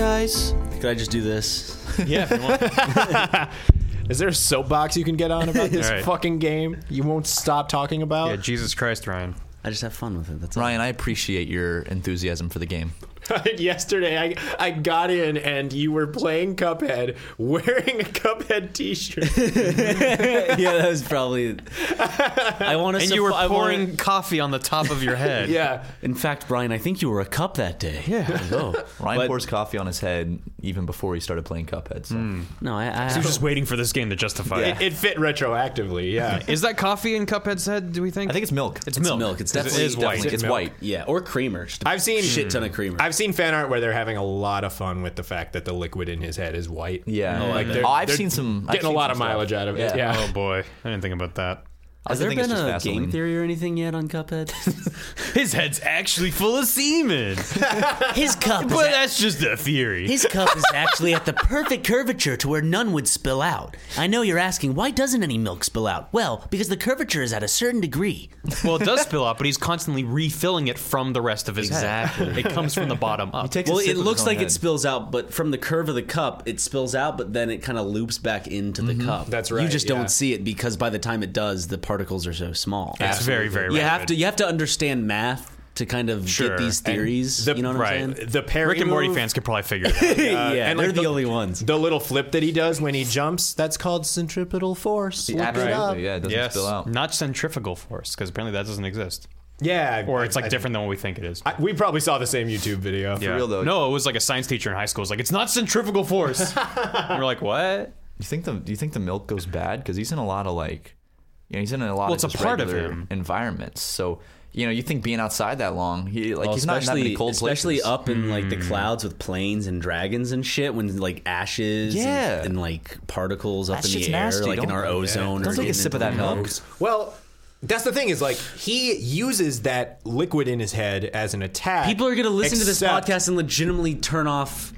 Could I just do this? Yeah, if you want. Is there a soapbox you can get on about this All right. fucking game you won't stop talking about? yeah, Jesus Christ, Ryan. I just have fun with it. That's all. Ryan, I appreciate your enthusiasm for the game. Yesterday, I, I got in and you were playing Cuphead wearing a Cuphead t shirt. yeah, that was probably. I want to. And you were pouring coffee on the top of your head. yeah. in fact, Brian, I think you were a cup that day. Yeah. Oh, Ryan But- pours coffee on his head even before he started playing Cuphead. So. No, I. I He was just waiting for this game to justify It, it. it fit retroactively, yeah. Is that coffee in Cuphead's head? Do we think? I think it's milk. it's, milk. milk. It's It definitely is white. definitely- It's Milk. white. Yeah, or creamer. Just a I've seen- shit ton of creamer. I've seen fan art where they're having a lot of fun with the fact that the liquid in his head is white. yeah. like they're- oh, I've they're seen some. I've Getting a seen lot some of mileage stuff. out of it. Yeah. Yeah. Oh boy, I didn't think about that. I Has also there think it's been a just game Vaseline. theory or anything yet on Cuphead? His head's actually full of semen. His cup. but that's just a theory. His cup is actually at the perfect curvature to where none would spill out. I know you're asking, why doesn't any milk spill out? Well, because the curvature is at a certain degree. well, it does spill out, but he's constantly refilling it from the rest of his head. Exactly. It comes from the bottom up. takes a Well, sip it of his looks own like head. it spills out, but from the curve of the cup, it spills out, but then it kind of loops back into the cup. That's You right, just yeah. don't see it because by the time it does, the particles are so small. it's very, very. You rapid. have to you have to understand math to kind of Sure. get these And theories. the- you know what I'm Right. saying? The parry Oh. Rick and Morty move- fans could probably figure it out. yeah, and, they're like, the, the- only ones. The little flip that he does when he jumps, that's called centripetal force. Look it up. Absolutely. Yeah, it doesn't yes. spill out. Not centrifugal force, because apparently that doesn't exist. Yeah. Or I- it's like I- different than what we think it is. I- we probably saw the same YouTube video. Yeah. real, though. No, it was like a science teacher in high school. It was like, it's not centrifugal force. And we're like, what? You think the do you think the milk goes bad because he's in a lot of like, you know, he's in a lot Well, of it's a just part of regular him. environments. So you know, you think being outside that long, he like Well, he's not in that many cold especially places. up in like the clouds with planes and dragons and shit when like ashes and- Yeah. and, like particles up That in shit's the air nasty. like in Don't- our ozone or Don't take getting a sip into of that the milk. Well, that's the thing is like he uses that liquid in his head as an attack. People are going to listen except- to this podcast and legitimately turn off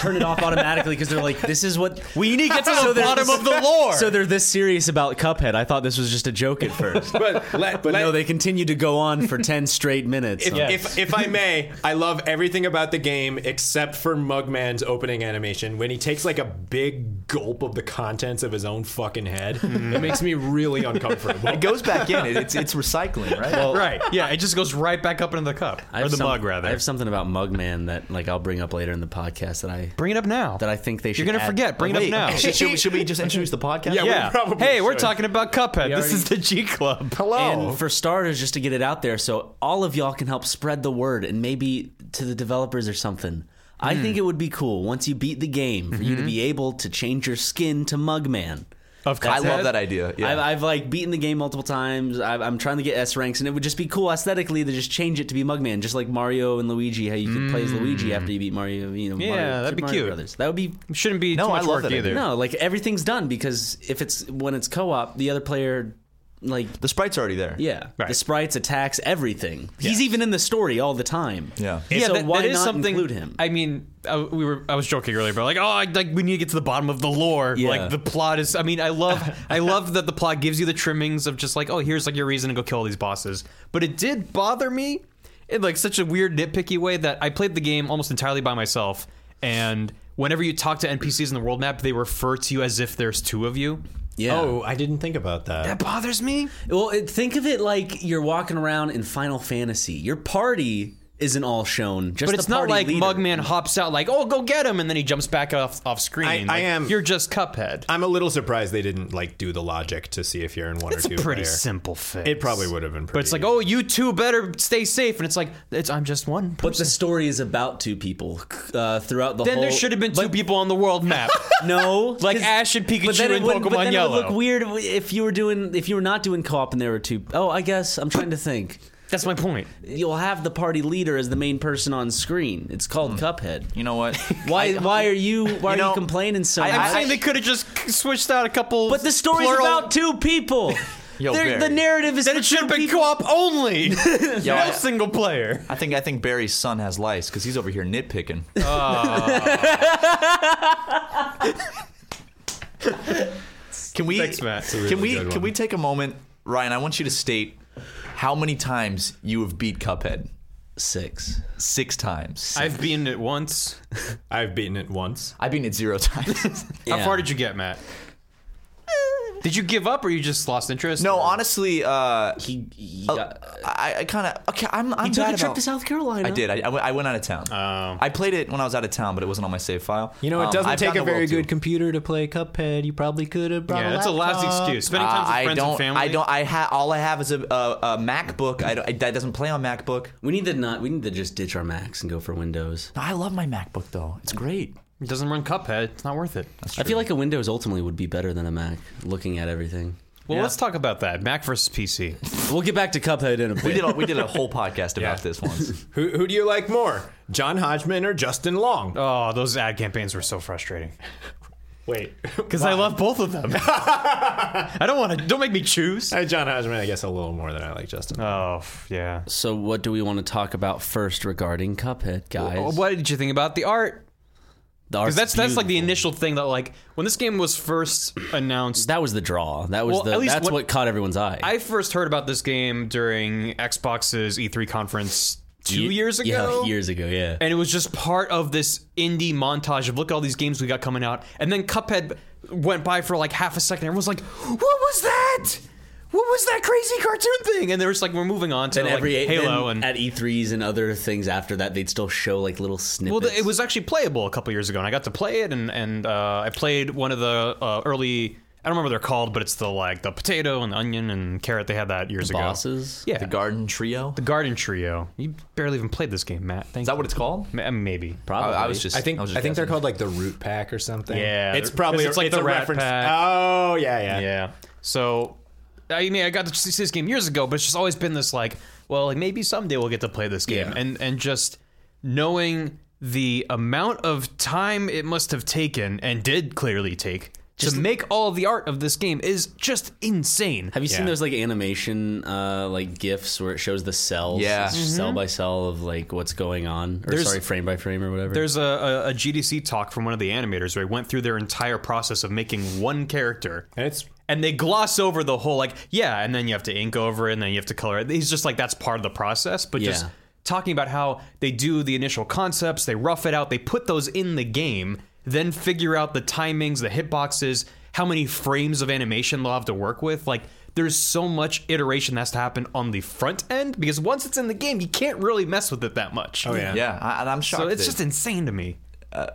turn it off automatically because they're like this is what we need to get to the bottom of the lore. So they're this serious about Cuphead. I thought this was just a joke at first. but But, let, let- no, they continued to go on for 10 straight minutes. If, on- if, if I may, I love everything about the game except for Mugman's opening animation when he takes like a big gulp of the contents of his own fucking head. It makes me really uncomfortable. It goes back in. It, it's it's recycling, right? Well, Right. Yeah, it just goes right back up into the cup. I or have the some- mug, rather. I have something about Mugman that like I'll bring up later in the podcast that I Bring it up now. that I think they should You're going to add- forget. Bring wait, it up now. should, should we- should we just introduce the podcast? Yeah, we yeah. probably hey, we're should. talking about Cuphead. This already- is the G Club. Hello. And for starters, just to get it out there, so all of y'all can help spread the word and maybe to the developers or something. I Hmm. think it would be cool once you beat the game for you Mm-hmm. to be able to change your skin to Mugman. Of I Cuphead. love that idea. Yeah. I've, I've like beaten the game multiple times. I've, I'm trying to get S ranks, and it would just be cool aesthetically to just change it to be Mugman, just like Mario and Luigi. How you could play as Luigi after you beat Mario. You know, Mm. Yeah, Mario, that'd Super be Mario cute. Brothers. That would be Shouldn't be No, too I much love work that idea. either. no, like everything's done because if it's when it's co-op, the other player like the sprite's already there. Yeah, Right. the sprites attacks everything. He's even in the story all the time. Yeah. so that- why that is not something, include him? I mean, I, we were. I was joking earlier, but like, oh, I, like we need to get to the bottom of the lore. Yeah. Like the plot is. I mean, I love. I love that the plot gives you the trimmings of just like, oh, here's like your reason to go kill all these bosses. But it did bother me in like such a weird nitpicky way that I played the game almost entirely by myself, and whenever you talk to NPCs in the world map, they refer to you as if there's two of you. yeah. oh, I didn't think about that. That bothers me. Well, it, think of it like you're walking around in Final Fantasy. Your party isn't all shown, just But the it's not party like leader. Mugman hops out like, oh, go get him, and then he jumps back off off screen. I- I Like, am- You're just Cuphead. I'm a little surprised they didn't like do the logic to see if you're in one It's or a two. pretty player. simple fix. It probably would have been pretty. But it's like, oh, you two better stay safe, and it's like, it's I'm just one But the person. story is about two people uh, throughout the then whole. there should have been two but- people on the world map. No, Like 'cause- Ash and Pikachu but then it and wouldn't- but Pokemon then It would Yellow. look weird if you were doing if you were not doing co-op and there were two oh I guess I'm trying to think. That's my point. You'll have the party leader as the main person on screen. It's called Cuphead. You know what? Why? I- why are you? Why You are know, you complaining so I- much? I'm I'm saying they could have just switched out a couple. but the story's plural- about two people. Yo, They're- Barry. the narrative is Then for it should have two been people. co-op only. no I- single player. I think I think Barry's son has lice because he's over here nitpicking. Oh. can we? Thanks, Matt. It's a can really we? good Can one. we take a moment, Ryan? I want you to state how many times you have beat Cuphead. Six. six times. I've beaten it once. I've beaten it once. I've been at zero times. How far did you get, Matt? Did you give up, or you just lost interest? no, or- honestly, uh, He, he Oh, got, I, I kind of okay. I'm. I'm he took bad a trip about- to South Carolina. I did. I, I went- I went out of town. I played it when I was out of town, but it wasn't on my save file. Oh. You know, it Um, doesn't I've take gotten a very world good too. computer to play Cuphead. You probably could have brought Yeah, a that's a lousy laptop. excuse. Spending time Uh, with I friends don't. and family. I don't. I ha- all I have is a, a, a MacBook. I, don't, I that doesn't play on MacBook. We need to not. We need to just ditch our Macs and go for Windows. I love my MacBook though. It's great. It doesn't run Cuphead. It's not worth it. I feel like a Windows ultimately would be better than a Mac. Looking at everything, Well, let's talk about that. Mac versus PC. we'll get back to Cuphead in a bit. We did. A, we did a whole podcast about this once. Who, who do you like more, John Hodgman or Justin Long? Oh, those ad campaigns were so frustrating. Wait, Because I love both of them. I don't want to. Don't make me choose. I, John Hodgman, I guess a little more than I like Justin. Oh f- yeah. so, what do we want to talk about first regarding Cuphead, guys? What did you think about the art? The art's Because that's that's like the beautiful. initial thing that like when this game was first announced. That was the draw. That was Well, the. at least that's what- what, caught everyone's eye. I first heard about this game during Xbox's E3 conference two Ye- years ago. Yeah, years ago. Yeah. and it was just part of this indie montage of look at all these games we got coming out. And then Cuphead went by for like half a second. Everyone's like, "What was that? What was that crazy cartoon thing?" And they were just like, "We're moving on to And like, every Halo." then And at E3s and other things after that, they'd still show like little well, snippets. th- it was actually playable a couple years ago, and I got to play it. And and uh, I played one of the uh, early. I don't remember what they're called, but it's the like the potato and the onion and carrot. They had that years ago. bosses. Yeah, The Garden Trio. the Garden Trio. You barely even played this game, Matt. Thank Is that what it's called? Maybe. I, Probably. I was just. I think I, was just think they're guessing. called like the Root Pack or something. Yeah, it's they're- probably 'cause it's like it's the a Rat reference. Pack. Oh yeah, yeah. Yeah. So, I mean, I got to see this game years ago, but it's just always been this like, well, like maybe someday we'll get to play this game, Yeah. and and just knowing the amount of time it must have taken and did clearly take to make all the art of this game is just insane. Have you seen Yeah. those like animation uh, like gifs where it shows the cells, Yeah. it's just cell by cell of like what's going on, or There's- sorry, frame by frame or whatever? There's a, a, a GDC talk from one of the animators where he went through their entire process of making one character. And it's and they gloss over the whole like yeah and then you have to ink over it and then you have to color it he's just like that's part of the process but just Yeah. talking about how they do the initial concepts they rough it out they put those in the game then figure out the timings the hitboxes how many frames of animation they'll have to work with like there's so much iteration that has to happen on the front end because once it's in the game you can't really mess with it that much oh yeah. Yeah, I, and I'm shocked. so it's that- just insane to me uh,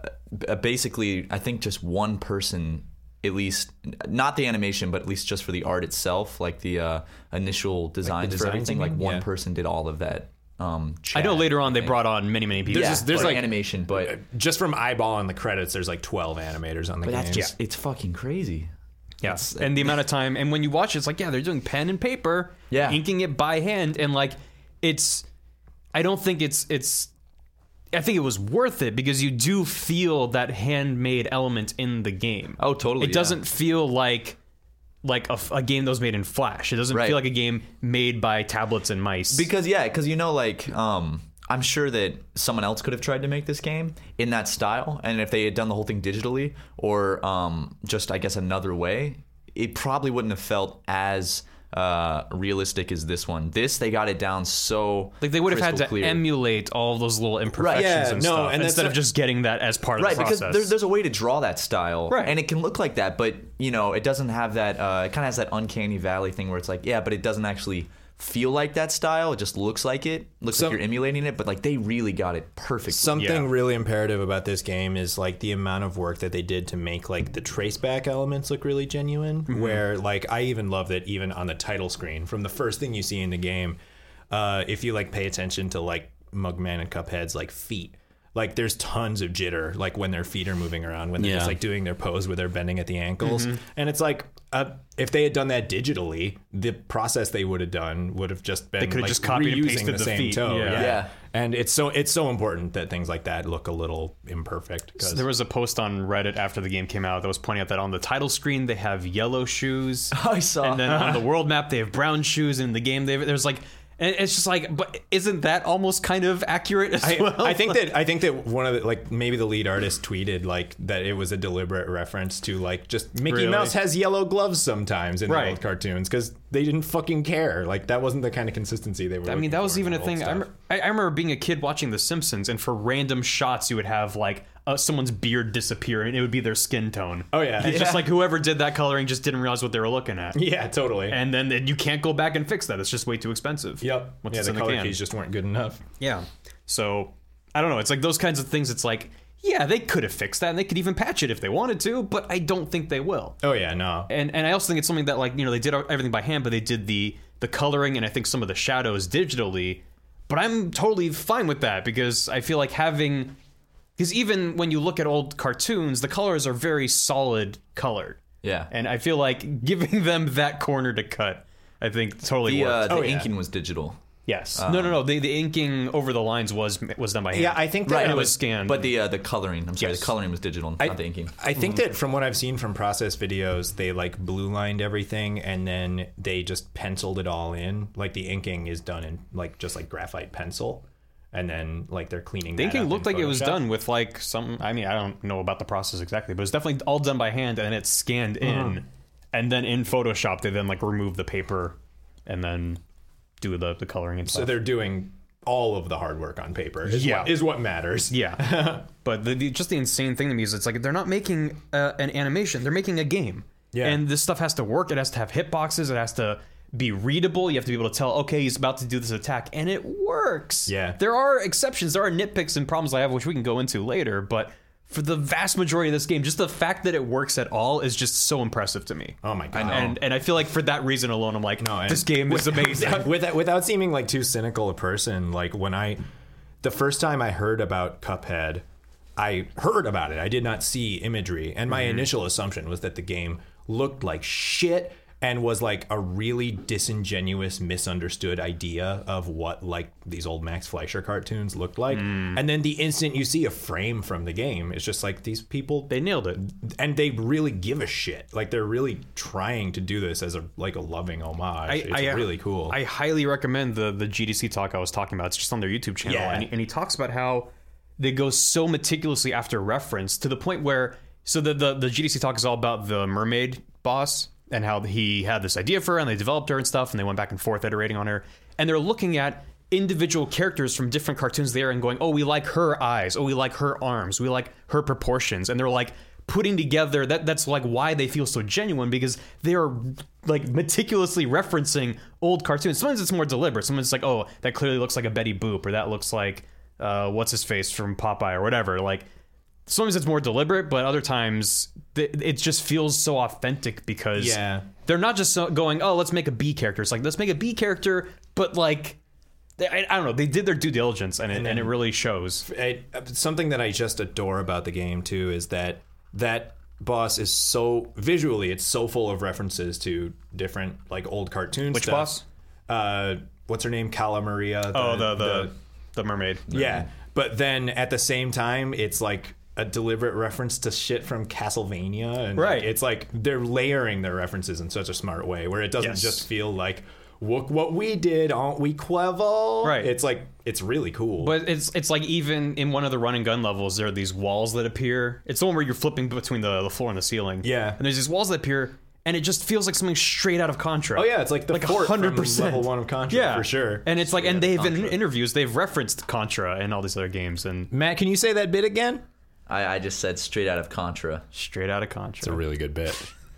basically I think just one person at least not the animation but at least just for the art itself like the uh, initial designs for everything like one Yeah. person did all of that um i know chat, later on they think. brought on many many people yeah, just- there's or like- animation but Just from eyeballing the credits, there's like 12 animators on the but game. that's just it's fucking crazy Yeah. And the amount of time and when you watch it, it's like, yeah, they're doing pen and paper, Yeah. inking it by hand, and like it's I don't think it's it's I think it was worth it because you do feel that handmade element in the game. Oh, totally, It yeah. doesn't feel like like a, f- a game that was made in Flash. It doesn't Right. feel like a game made by tablets and mice. because yeah because you know like um I'm sure that someone else could have tried to make this game in that style and if they had done the whole thing digitally or um just I guess another way it probably wouldn't have felt as uh, realistic as this one. This they got it down so like they would have had crystal to clear. emulate all those little imperfections Yeah, and no, stuff and that's instead of not- just getting that as part right of the because process. there's, there's a way to draw that style Right. and it can look like that but you know it doesn't have that uh, it kind of has that uncanny valley thing where it's like yeah but it doesn't actually feel like that style it just looks like it looks Some- like you're emulating it but like they really got it perfectly Something Yeah. really imperative about this game is like the amount of work that they did to make like the traceback elements look really genuine. Mm-hmm. Where like I even love that even on the title screen from the first thing you see in the game, uh, if you like pay attention to like Mugman and Cuphead's like feet, like there's tons of jitter like when their feet are moving around when they're Yeah. just like doing their pose where they're bending at the ankles, Mm-hmm. and it's like. Uh, if they had done that digitally, the process they would have done would have just been they coulda like, just copied and reusing pasted the, the same feet. toe. Yeah. yeah. Yeah. And it's so it's so important that things like that look a little imperfect because There was a post on Reddit after the game came out that was pointing out that on the title screen they have yellow shoes, I saw and then on the world map they have brown shoes, and in the game they have, there's like And it's just like, but isn't that almost kind of accurate as I, well? I think that I think that one of the like maybe the lead artist tweeted like that it was a deliberate reference to like just Mickey Really? Mouse has yellow gloves sometimes in Right. the old cartoons because they didn't fucking care. Like that wasn't the kind of consistency they were. I mean, that was even a thing. I, I'm remember- I, I remember being a kid watching The Simpsons, and for random shots, you would have like uh, someone's beard disappear, and it would be their skin tone. Oh, yeah. And it's just Yeah. like whoever did that coloring just didn't realize what they were looking at. yeah, totally. And then then you can't go back and fix that. It's just way too expensive. yep. Once yeah, it's the in color can. keys just weren't good enough. Yeah. So I don't know. It's like those kinds of things. It's like, yeah, they could have fixed that, and they could even patch it if they wanted to, but I don't think they will. Oh yeah, no. And and I also think it's something that like you know they did everything by hand, but they did the the coloring and I think some of the shadows digitally. But I'm totally fine with that because I feel like having because even when you look at old cartoons, the colors are very solid colored. Yeah. And I feel like giving them that corner to cut, I think totally The, worked. uh, the Oh, yeah. inking was digital, Yes. no, no, no. The, the inking over the lines was was done by hand. Yeah, I think that right. I It was was- scanned, but the uh, the coloring. I'm sorry, Yes. the coloring was digital, not the inking. I think Mm-hmm. that from what I've seen from process videos, they like blue lined everything and then they just penciled it all in. Like the inking is done in like just like graphite pencil, and then like they're cleaning. the that inking up in looked like it was Photoshop. done with like some. I mean, I don't know about the process exactly, but it was definitely all done by hand, and it's scanned Uh-huh. in, and then in Photoshop they then like remove the paper, and then do the the coloring and So stuff. they're doing all of the hard work on paper. Is Yeah. what, is what matters. yeah. but the, the just the insane thing to me is it's like they're not making uh, an animation; they're making a game. Yeah. And this stuff has to work. It has to have hitboxes. It has to be readable. You have to be able to tell, okay, he's about to do this attack, and it works. Yeah. There are exceptions. There are nitpicks and problems I have, which we can go into later. But for the vast majority of this game, just the fact that it works at all is just so impressive to me. Oh my god. And and I feel like for that reason alone, I'm like, No, and- this game is amazing. without, without seeming like too cynical a person, like when I, the first time I heard about Cuphead, I heard about it. I did not see imagery, and my initial assumption was that the game looked like shit and was like a really disingenuous, misunderstood idea of what like these old Max Fleischer cartoons looked like. And then the instant you see a frame from the game, it's just like these people they nailed it. and they really give a shit. Like they're really trying to do this as a like a loving homage. it's really cool. I highly recommend the the GDC talk I was talking about. It's just on their YouTube channel, Yeah. and, he, and he talks about how they go so meticulously after reference to the point where so the the, the GDC talk is all about the mermaid boss and how he had this idea for her and they developed her and stuff and they went back and forth iterating on her and they're looking at individual characters from different cartoons there and going oh we like her eyes oh we like her arms we like her proportions and they're like putting together that that's like why they feel so genuine because they are like meticulously referencing old cartoons. Sometimes it's more deliberate. Sometimes it's like, oh, that clearly looks like a Betty Boop, or that looks like uh, what's his face from Popeye, or whatever. Like sometimes it's more deliberate, but other times th- it just feels so authentic because Yeah. they're not just so going, oh, let's make a B character. It's like let's make a B character, but like. they- I, I don't know. They did their due diligence, and it, and it really shows. I, something that I just adore about the game too is that that boss is so visually it's so full of references to different like old cartoons. Which boss? Uh, what's her name? Cala Maria. Oh, the the, the mermaid. yeah. But then at the same time, it's like a deliberate reference to shit from Castlevania, and like, Right. it's like they're layering their references in such a smart way where it doesn't Yes. just feel like. Look what we did, aren't we clever? Right. It's like it's really cool. But it's it's like even in one of the run and gun levels, there are these walls that appear. It's the one where you're flipping between the, the floor and the ceiling. Yeah. And there's these walls that appear, and it just feels like something straight out of Contra. Oh yeah, it's like the like fort hundred percent from level one of Contra Yeah, for sure. And it's like, and they've in interviews they've referenced Contra and all these other games, and Matt, can you say that bit again? I, I just said straight out of Contra. straight out of Contra. really good bit.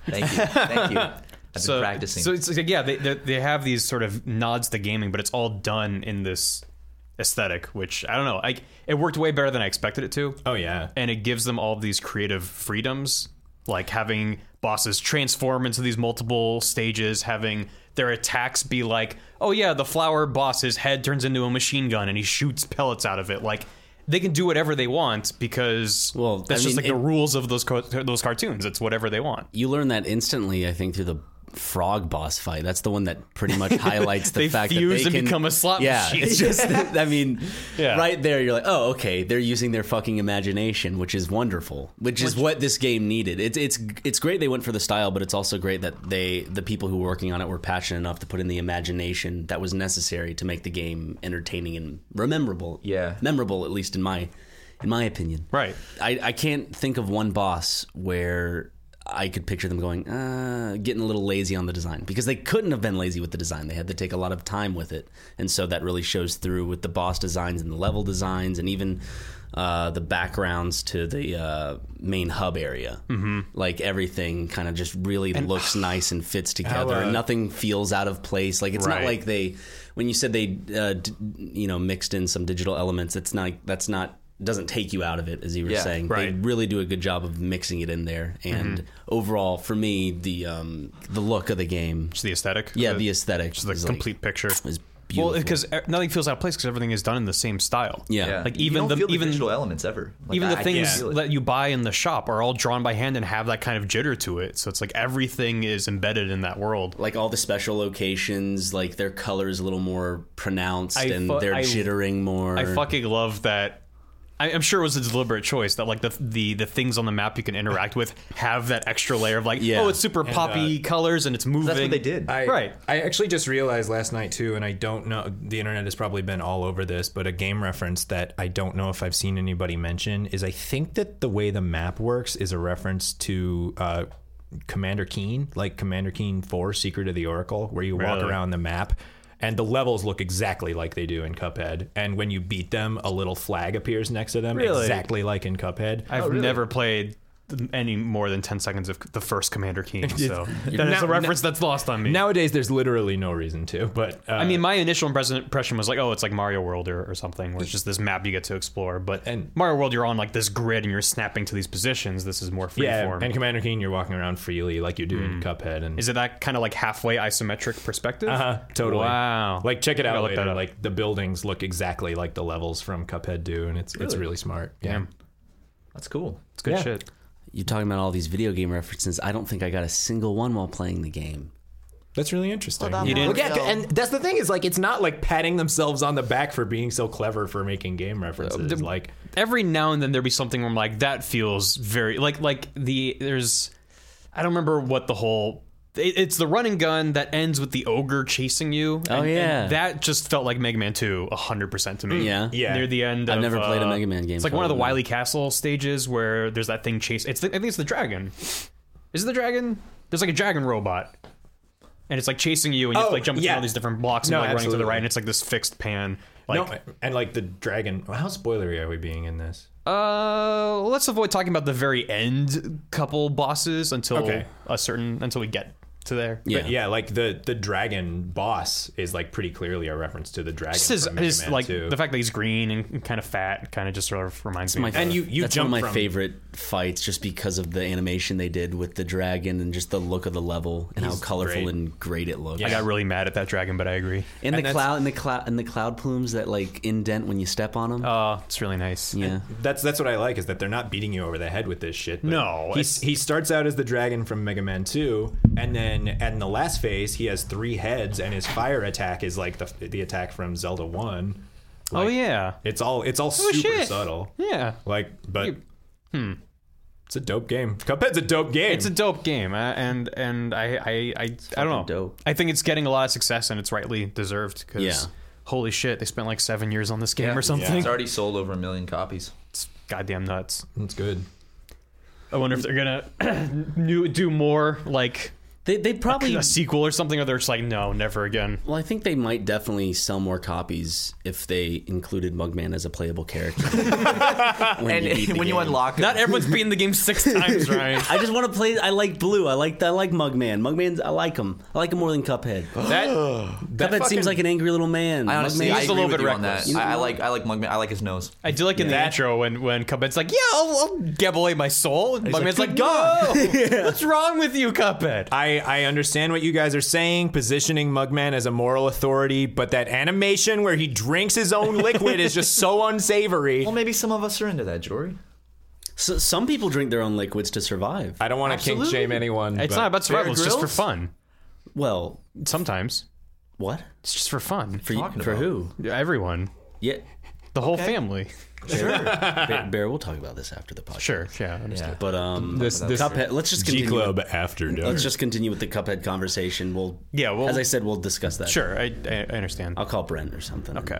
Thank you, thank you. I've been so, practicing. So it's like, yeah, they, they they have these sort of nods to gaming, but it's all done in this aesthetic, which I don't know. I it worked way better than I expected it to. Oh yeah, and it gives them all these creative freedoms, like having bosses transform into these multiple stages, having their attacks be like, oh yeah, the flower boss's head turns into a machine gun and he shoots pellets out of it. Like they can do whatever they want because Well, that's I just mean, like the it- rules of those co- those cartoons. It's whatever they want. You learn that instantly, I think, through the frog boss fight. That's the one that pretty much highlights the They fact fuse that they and can become a slot yeah, machine. It's just, I mean, Yeah. right there, you're like, oh, okay, they're using their fucking imagination, which is wonderful, which, is what this game needed. It's it's it's great they went for the style, but it's also great that they the people who were working on it were passionate enough to put in the imagination that was necessary to make the game entertaining and memorable. Yeah. memorable at least in my in my opinion. Right. I, I can't think of one boss where I could picture them going, uh, getting a little lazy on the design because they couldn't have been lazy with the design. They had to take a lot of time with it. And so that really shows through with the boss designs and the level designs and even uh, the backgrounds to the uh, main hub area. Mm-hmm. Like everything kind of just really looks nice and fits together. uh, and nothing feels out of place. Like it's Right. not like they when you said they uh, d- you know mixed in some digital elements it's not that's not doesn't take you out of it as you were Yeah, saying right. Mm-hmm. they really do a good job of mixing it in there and overall for me the um the look of the game Just the aesthetic. yeah of the it. aesthetic Just the is complete picture. like, is beautiful Well, because nothing feels out of place because everything is done in the same style. yeah, Yeah. Like, You even don't the- feel the even- digital elements ever. Like, Even the I- I can't things feel it. that you buy in the shop are all drawn by hand and have that kind of jitter to it. So it's like everything is embedded in that world. like all the special locations like their colors a little more pronounced I and fu- they're I- jittering more I fucking love that. I, I'm sure it was a deliberate choice that like the the the things on the map you can interact with have that extra layer of like Yeah. oh it's super uh, poppy colors and it's moving. that's what they did. I, Right. I actually just realized last night too, and I don't know. The internet has probably been all over this, but a game reference that I don't know if I've seen anybody mention is I think that the way the map works is a reference to. Uh, Commander Keen, like Commander Keen 4 Secret of the Oracle, where you walk Really? around the map and the levels look exactly like they do in Cuphead. And when you beat them, a little flag appears next to them, Really? exactly like in Cuphead. Oh, I've never played any more than 10 seconds of the first Commander Keen, so that is Now- a reference that's lost on me. Nowadays, there's literally no reason to, but uh, I mean, my initial impression- impression was like, oh, it's like Mario World or, or something, where it's just this map you get to explore. But And- Mario World, you're on like this grid and you're snapping to these positions. This is more freeform. yeah, and Commander Keen, you're walking around freely like you do in Cuphead, and Mm. is it that kind of like halfway isometric perspective? Uh-huh, totally. Wow. Like check it out look that later. up. Like the buildings look exactly like the levels from Cuphead do, and it's it's really smart. Yeah. Damn. That's cool. It's good Yeah. shit. you're talking about all these video game references i don't think i got a single one while playing the game That's really interesting. Well, that You Well, didn't- yeah, so- and that's the thing is like it's not like patting themselves on the back for being so clever for making game references. the- like every now and then there'd be something where I'm like, that feels very like like the there's I don't remember what the whole it- it's the run and gun that ends with the ogre chasing you. Oh, and- and yeah. Mm. that just felt like Mega Man Two, hundred percent to me. Yeah. Yeah. near the end. I've of, never played a uh, Mega Man game, It's like so one of I don't the know. Wily Castle stages where there's that thing chase. It's the, I think it's the dragon. Is it the dragon? There's like a dragon robot. And it's like chasing you, and you have to Oh, like jump yeah. through all these different blocks No, and like running to the absolutely. right, and it's like this fixed pan. Like, no, and like the dragon. How spoilery are we being in this? uh, let's avoid talking about the very end couple bosses until Okay. a certain until we get to there. But yeah, like the the dragon boss is like pretty clearly a reference to the dragon. This is, from Mega is Man like 2. the fact that he's green and kind of fat, kind of just sort of reminds me. my of that. And you- you that's jump one of my from- favorite fights just because of the animation they did with the dragon and just the look of the level and how colorful great. and great it looked. I got really mad at that dragon, but I agree. and, the and that's- cloud and the cloud and the cloud plumes that like indent when you step on them. Uh, it's really nice. yeah. That's that's what I like is that they're not beating you over the head with this shit. but No, he it's- he starts out as the dragon from Mega Man Two, and then at the last phase he has three heads, and his fire attack is like the the attack from Zelda One. oh yeah, It's all it's all super Oh, shit. subtle. yeah. Like, but You- it's a dope game. Cuphead's a dope game. It's a dope game, uh, and and I I I, I don't know. fucking dope. I think it's getting a lot of success, and it's rightly deserved. Because Yeah. holy shit, they spent like seven years on this game or something. It's already sold over a million copies. It's goddamn nuts. it's good. I wonder if they're gonna new, do more like They they probably a sequel or something, or they're just like, no, never again. well, I think they might definitely sell more copies if they included Mugman as a playable character. And beat the when you game. unlock Not everyone's beaten the game six times, Ryan. I just want to play. I like blue. I like I like Mugman. Mugman's I like him. I like him more than Cuphead. That Cuphead seems like an angry little man. I honestly, Mugman- I He's agree a little with bit you on reckless. that. You I, I like I like Mugman. I like his nose. I do like in the intro when when Cuphead's like, yeah, I'll, I'll gabble my soul, and Bugman's like, like, go. What's wrong with you, Cuphead? I, I understand what you guys are saying, positioning Mugman as a moral authority, but that animation where he drinks his own liquid is just so unsavory. Well, maybe some of us are into that, Jory. so, some people drink their own liquids to survive. I don't want to kink shame anyone. It's but- not about Bear survival; it's just for Grylls? fun. Well, Sometimes what it's just for fun. for, Talking for about- who? everyone, Yeah, the whole family. Bear, Bear, we'll talk about this after the podcast. Sure. Yeah. I understand. Yeah. but um, This- this- Cuphead. Let's just G continue. Club With, after dark. let's just continue with the Cuphead conversation. We'll Yeah, well- as I said, we'll discuss that. Sure. I, I I understand. I'll call Brent or something. Okay.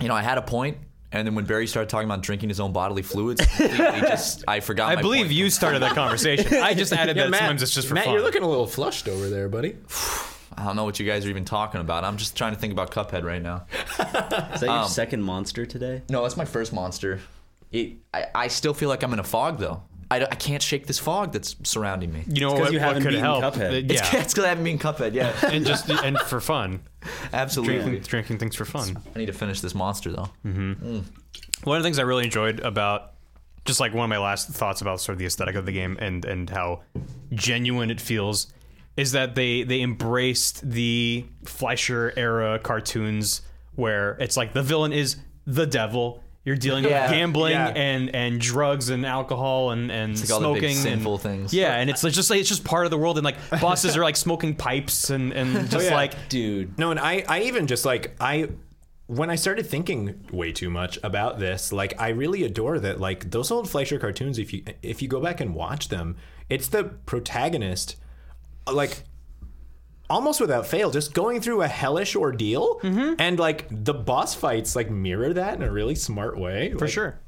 You know, I had a point, and then when Barry started talking about drinking his own bodily fluids, completely just I forgot. I my believe point. you started that conversation. I just added that sometimes it's just for Matt, fun. you're looking a little flushed over there, buddy. I don't know what you guys are even talking about. I'm just trying to think about Cuphead right now. Is that Um, your second monster today? No, that's my first monster. It. I, I still feel like I'm in a fog though. I, don't- I can't shake this fog that's surrounding me. you know 'cause what, you what haven't could beaten help? Cuphead. Yeah. It's because I haven't been Cuphead yet. and just and for fun, Absolutely. drinking, drinking things for fun. I need to finish this monster though. One of the things I really enjoyed about just like one of my last thoughts about sort of the aesthetic of the game and and how genuine it feels is that they they embraced the Fleischer era cartoons where it's like the villain is the devil. You're dealing Yeah, with gambling yeah. and, and drugs and alcohol and and like all the big smoking and sinful things. Yeah, and it's, it's just like it's just part of the world. And like bosses are like smoking pipes and Oh, and just yeah. like Dude, No, and I, I even just like I when I started thinking way too much about this, like I really adore that like those old Fleischer cartoons, if you if you go back and watch them, it's the protagonist like almost without fail just going through a hellish ordeal Mm-hmm. and like the boss fights like mirror that in a really smart way For sure.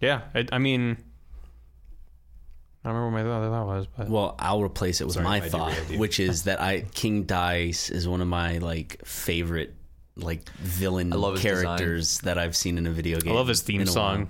Yeah, I, I mean, I don't remember what my other thought was, but Well, I'll replace it with my I thought, derailed you. which is that I King Dice is one of my like favorite like villain love his characters that I've seen in a video game. I love his theme song.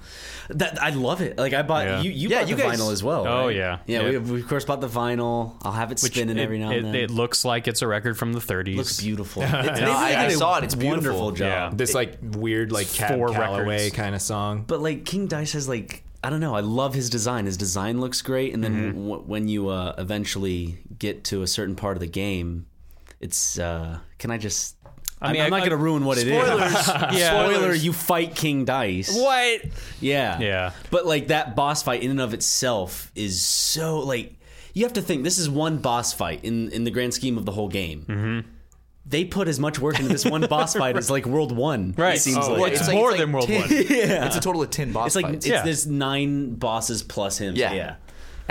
That I love it. Like I bought Yeah. you. You Yeah, bought you the guys- vinyl as well. Oh, right? yeah. yeah. Yep. We, we of course bought the vinyl. I'll have it spinning it, every now and it- then. it looks like it's a record from the 30s. looks beautiful. It's- No, I, I did a saw it. It's wonderful beautiful. job. Yeah. this like weird like Cab Four Calloway records. kind of song But like King Dice has like I don't know. I love his design. His design looks great, and then Mm-hmm. w- when you uh, eventually get to a certain part of the game, it's uh, can I just? I mean, mean, I'm I- not gonna ruin what it is. Yeah. Spoiler: You fight King Dice. What? Yeah. Yeah. But like that boss fight in and of itself is so like you have to think this is one boss fight in in the grand scheme of the whole game. Mm-hmm. They put as much work into this one boss fight as like World One. Right. It seems Oh, like. It's more than World ten- War. yeah. It's a total of ten boss It's like it's, fights. Yeah. there's nine bosses plus him. Yeah. Yeah. yeah.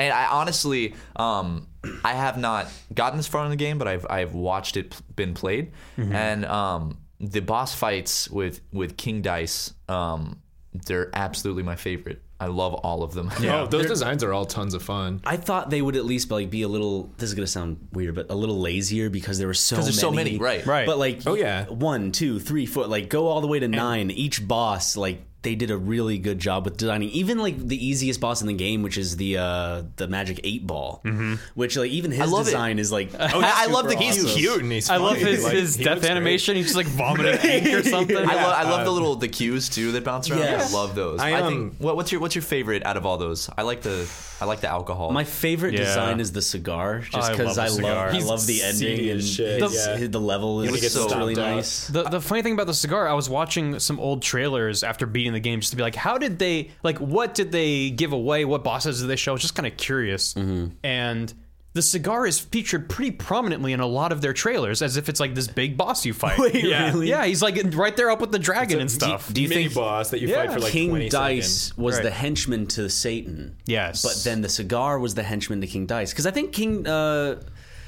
And I honestly, um, I have not gotten this far in the game, but I've I've watched it p- been played, Mm-hmm. and um, the boss fights with with King Dice, um, they're absolutely my favorite. I love all of them. oh, those designs are all tons of fun. I thought they would at least like be a little. This is gonna sound weird, but a little lazier because there were so many. there's so many, right. Right. But like, Oh, yeah. one, two, three, four. Like, go all the way to nine. Each boss, like, they did a really good job with designing. Even like the easiest boss in the game, which is the uh the magic eight ball, Mm-hmm. which like even his love it. design is like. Oh, I, I love the he's he's cute and he's I love funny. his, Like, his he death looks great. animation. He's just like vomiting ink or something. I love, I love the little the cues too that bounce around. Yes. I love those. I, I, um, think. What, what's your what's your favorite out of all those? I like the I like the alcohol. My favorite Yeah. design is the cigar, just I because love I, the cigar. love I He's love the ending seedy and as shit, his- yeah. his- the level was is so really stopped out. nice. The, the funny thing about the cigar, I was watching some old trailers after beating the game just to be like, how did they, like, what did they give away? What bosses did they show? I was just kind of curious. Mm-hmm. And the cigar is featured pretty prominently in a lot of their trailers as if it's like this big boss you fight. yeah. really? Yeah, he's like right there up with the dragon and stuff. Do you mini think boss that you Yeah. fight for like King 20 Dice seconds. was Right. the henchman to Satan? Yes. But then the cigar was the henchman to King Dice because I think King, uh,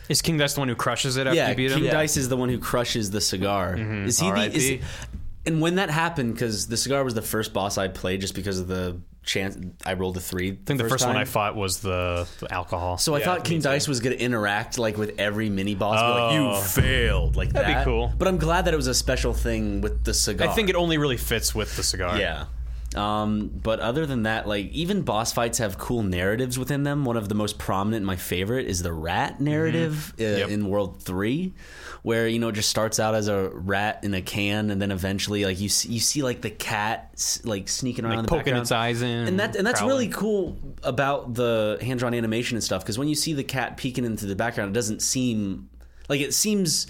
is King Dice the one who crushes it after yeah, you beat him? King Dice is the one who crushes the cigar. Mm-hmm. Is he the? R.I.P.. Is, and when that happened, because the cigar was the first boss I played, just because of the chance I rolled a three. I think the first one time. I fought was the, the alcohol. So I thought King Dice was going to interact like with every mini boss, but like you failed, like that'd Oh. be cool. But I'm glad that it was a special thing with the cigar. I think it only really fits with the cigar. Yeah. Um, but other than that, like even boss fights have cool narratives within them. One of the most prominent, my favorite, is the rat Mm-hmm. narrative uh, in World Three, where you know it just starts out as a rat in a can, and then eventually, like you see, you see like the cat s- like sneaking around, in the poking background. its eyes in and and that and that's prowling. really cool about the hand drawn animation and stuff because when you see the cat peeking into the background, it doesn't seem like it seems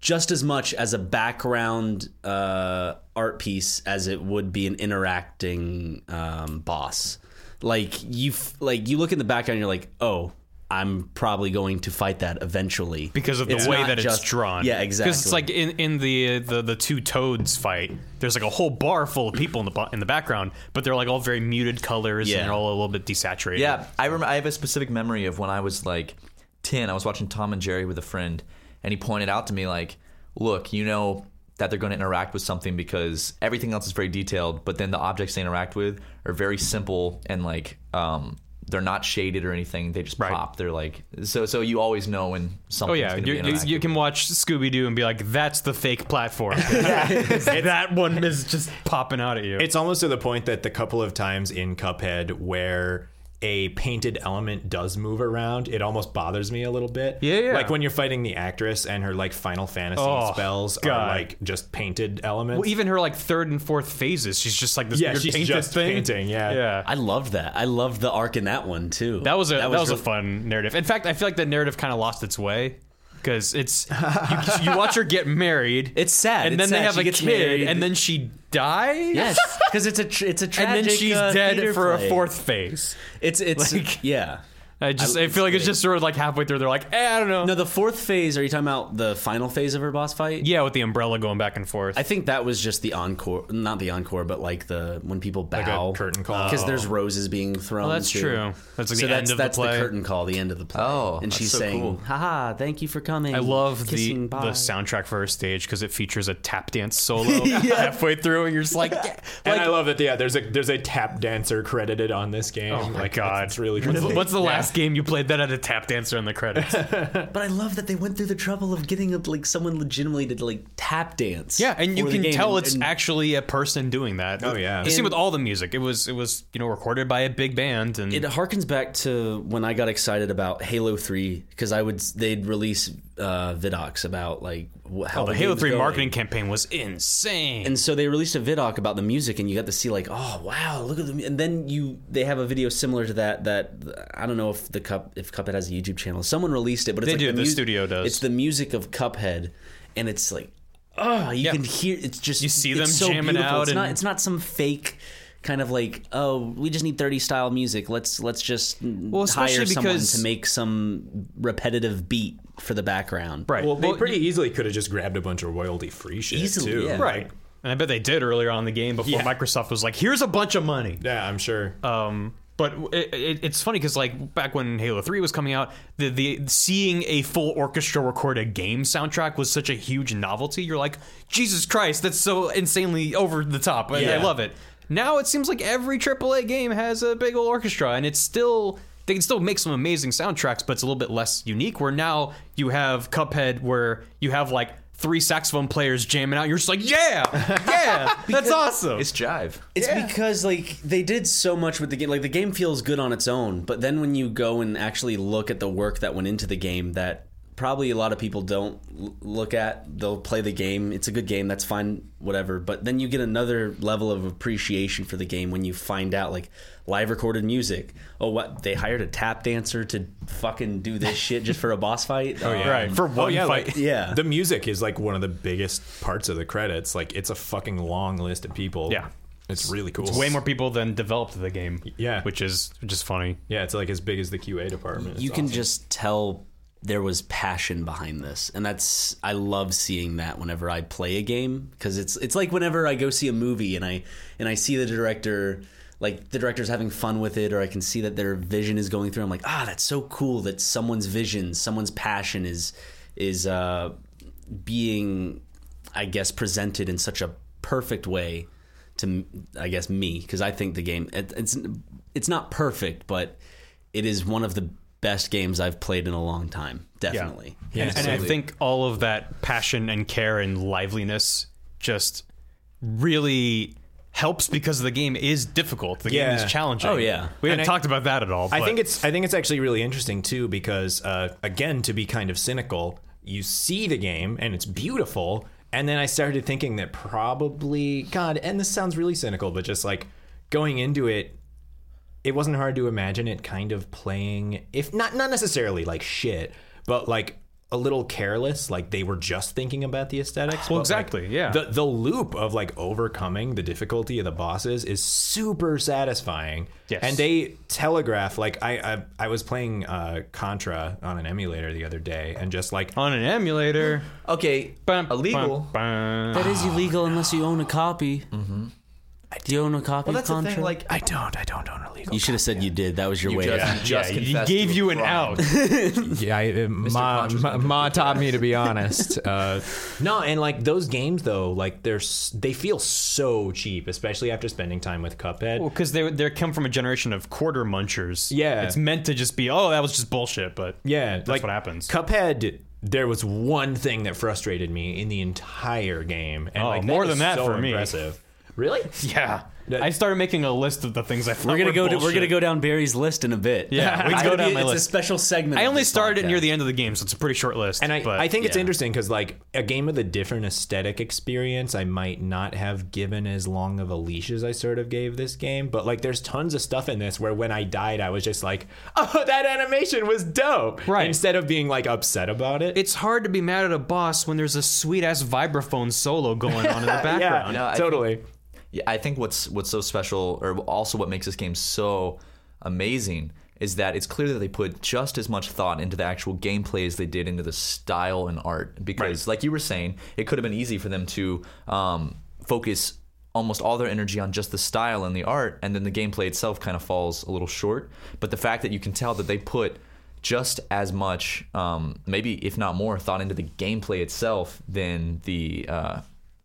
just as much as a background uh, art piece as it would be an interacting um, boss. Like you, f- like you look in the background, and you're like, oh. I'm probably going to fight that eventually because of the It's way not that just- it's drawn. Yeah, exactly. Because it's like in, in the, the the two toads fight. There's like a whole bar full of people in the bo- in the background, but they're like all very muted colors Yeah. and they're all a little bit desaturated. Yeah, I remember. I have a specific memory of when I was like ten. I was watching Tom and Jerry with a friend, and he pointed out to me like, "Look, you know that they're going to interact with something because everything else is very detailed, but then the objects they interact with are very simple and like um, they're not shaded or anything. They just Right. pop. They're like so. So you always know when something. Oh yeah, Gonna you, be you, you interactive. can watch Scooby Doo and be like, "That's the fake platform." that one is just popping out at you. It's almost to the point that the couple of times in Cuphead where a painted element does move around, it almost bothers me a little bit. Yeah, yeah. Like when you're fighting the actress and her like Final Fantasy Oh, spells God. are like just painted elements. well, even her like third and fourth phases, she's just like this Yeah, weird she's painted just thing. painting, yeah. yeah. I loved that. I loved the arc in that one too. That was a that was, really- a fun narrative. In fact, I feel like that narrative kind of lost its way because it's you, you watch her get married. It's sad. and It's then they sad. have She a gets kid, married. and then she dies. Yes, because it's a tr- it's a and tragic. then she's uh, dead theater for play. a fourth phase. It's it's Like- yeah. I just I- I, feel like it's just sort of like halfway through. They're like, eh, I don't know. No, the fourth phase. Are you talking about the final phase of her boss fight? yeah, with the umbrella going back and forth. I think that was just the encore, not the encore, but like the when people a bow curtain call. because there's roses being thrown. that's too. true. That's like so the that's end of the that's play. curtain call, the end of the play. Oh, and that's she's so saying, cool. "Haha, thank you for coming." I love the Kissing, bye." the soundtrack for her stage because it features a tap dance solo halfway through, and you're just like, yeah. and I love that. Yeah, there's a there's a tap dancer credited on this game. Oh my Like, God. it's really What's, cool. what's the last game you played that had a tap dancer in the credits? But I love that they went through the trouble of getting like someone legitimately to like tap dance. yeah, and you for the can game tell and- it's and- actually a person doing that. Oh, yeah. the same And- with all the music. It was it was you know recorded by a big band and it harkens back to when I got excited about Halo Three because I would they'd release uh, vidocs about like wh- how oh, the the Halo game's Three going. marketing campaign was insane. And so they released a vidoc about the music, and you got to see like, oh wow, look at the. mu- And then you they have a video similar to that. That I don't know if the cup if Cuphead has a YouTube channel. Someone released it, but it's They like do, the mu- studio does. It's the music of Cuphead, and it's like, oh, you can hear. It's just You see it's them so jamming beautiful. out It's not and- it's not some fake. Kind of like, oh, we just need thirty style music. Let's let's just well, hire especially someone because- to make some repetitive beat for the background. right, Well, they pretty easily could have just grabbed a bunch of royalty free shit Easily, too. yeah. right. And I bet they did earlier on in the game before Yeah. Microsoft was like, "Here's a bunch of money." Yeah, I'm sure. Um, but it, it, it's funny because like back when Halo Three was coming out, the the seeing a full orchestra record a game soundtrack was such a huge novelty. You're like, Jesus Christ, that's so insanely over the top. and I Yeah. love it. Now it seems like every AAA game has a big old orchestra, and it's still they can still make some amazing soundtracks, but it's a little bit less unique. Where now you have Cuphead, where you have like three saxophone players jamming out. You're just like, yeah, yeah, that's awesome. It's jive. It's because like they did so much with the game. Like the game feels good on its own, but then when you go and actually look at the work that went into the game, that probably a lot of people don't l- look at. They'll play the game. It's a good game. That's fine. Whatever. But then you get another level of appreciation for the game when you find out like live recorded music. Oh, what they hired a tap dancer to fucking do this shit just for a boss fight. Oh yeah. Right, for one oh, yeah, fight. like, Yeah. The music is like one of the biggest parts of the credits. Like it's a fucking long list of people. Yeah. It's really cool. It's way more people than developed the game. Yeah. which is just funny. Yeah, it's like as big as the QA department. you It's can awesome. just tell there was passion behind this and that's i love seeing that whenever i play a game because it's it's like whenever i go see a movie and i and i see the director like the director's having fun with it or i can see that their vision is going through i'm like ah that's so cool that someone's vision someone's passion is is uh being i guess presented in such a perfect way to i guess me because i think the game it, it's it's not perfect but it is one of the best games I've played in a long time. Definitely. and, and I think all of that passion and care and liveliness just really helps because the game is difficult. The game Yeah. is challenging. Oh, yeah. we And haven't I- talked about that at all. I think it's it's I think it's actually really interesting too because uh, again to be kind of cynical, you see the game and it's beautiful, and then I started thinking that probably God, and this sounds really cynical, but just like going into it, it wasn't hard to imagine it kind of playing if not not necessarily like shit, but like a little careless, like they were just thinking about the aesthetics. Well, but, like, exactly, yeah. The the loop of like overcoming the difficulty of the bosses is super satisfying. Yes. And they telegraph like I I, I was playing uh, Contra on an emulator the other day and just like on an emulator. Okay, Bum, illegal. bum, bum. That is illegal unless you own a copy. Mm-hmm. Do you own a copy Well, of that's the Contra? thing. Like, I don't I don't own illegal. you should have said you did. That was your you way. just, out. you just yeah, he confessed gave to a you an crime. out. Yeah, I, uh, ma, Contra's ma, gonna ma taught me to be honest. Uh, no, and like those games though, like they're s- they feel so cheap, especially after spending time with Cuphead. Well, because they they come from a generation of quarter munchers. Yeah. it's meant to just be oh that was just bullshit, but yeah, that's like, what happens. Cuphead, there was one thing that frustrated me in the entire game, and Oh, like, more is than that so for me. Impressive. Really? yeah, That- I started making a list of the things I thought we're gonna were go. To, we're bullshit. gonna go down Barry's list in a bit. Yeah, we can It's go gonna down be- my it's list. a special segment. I of only this started it near podcast. the end of the game, so it's a pretty short list. And I, but, I think it's yeah. interesting because like a game of the different aesthetic experience, I might not have given as long of a leash as I sort of gave this game. But like, there's tons of stuff in this where when I died, I was just like, "Oh, that animation was dope," Right. Instead of being like upset about it. It's hard to be mad at a boss when there's a sweet ass vibraphone solo going on in the background. No, I think- totally. Yeah, I think what's what's so special, or also what makes this game so amazing, is that it's clear that they put just as much thought into the actual gameplay as they did into the style and art. Because, like you were saying, it could have been easy for them to um, focus almost all their energy on just the style and the art, and then the gameplay itself kind of falls a little short. But the fact that you can tell that they put just as much, um, maybe if not more, thought into the gameplay itself than the uh,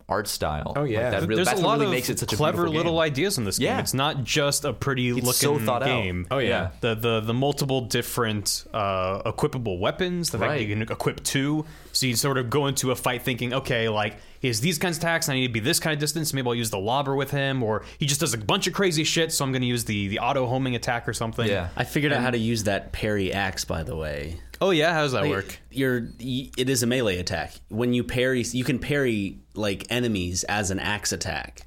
art style. Oh yeah. that really, there's that's a what lot really of makes it such clever a beautiful little game. ideas in this game. Yeah. It's not just a pretty looking so thought out. game. Oh, yeah. Yeah. The the the multiple different uh, equipable weapons. The fact that Right. you can equip two, so you sort of go into a fight thinking, okay, like he has these kinds of attacks, and I need to be this kind of distance. Maybe I'll use the lobber with him, or he just does a bunch of crazy shit, so I'm going to use the the auto homing attack or something. Yeah. I figured out how to use that parry axe. By the way, Oh yeah, how does that work? You're, y- it is a melee attack. When you parry, you can parry like enemies as an axe attack.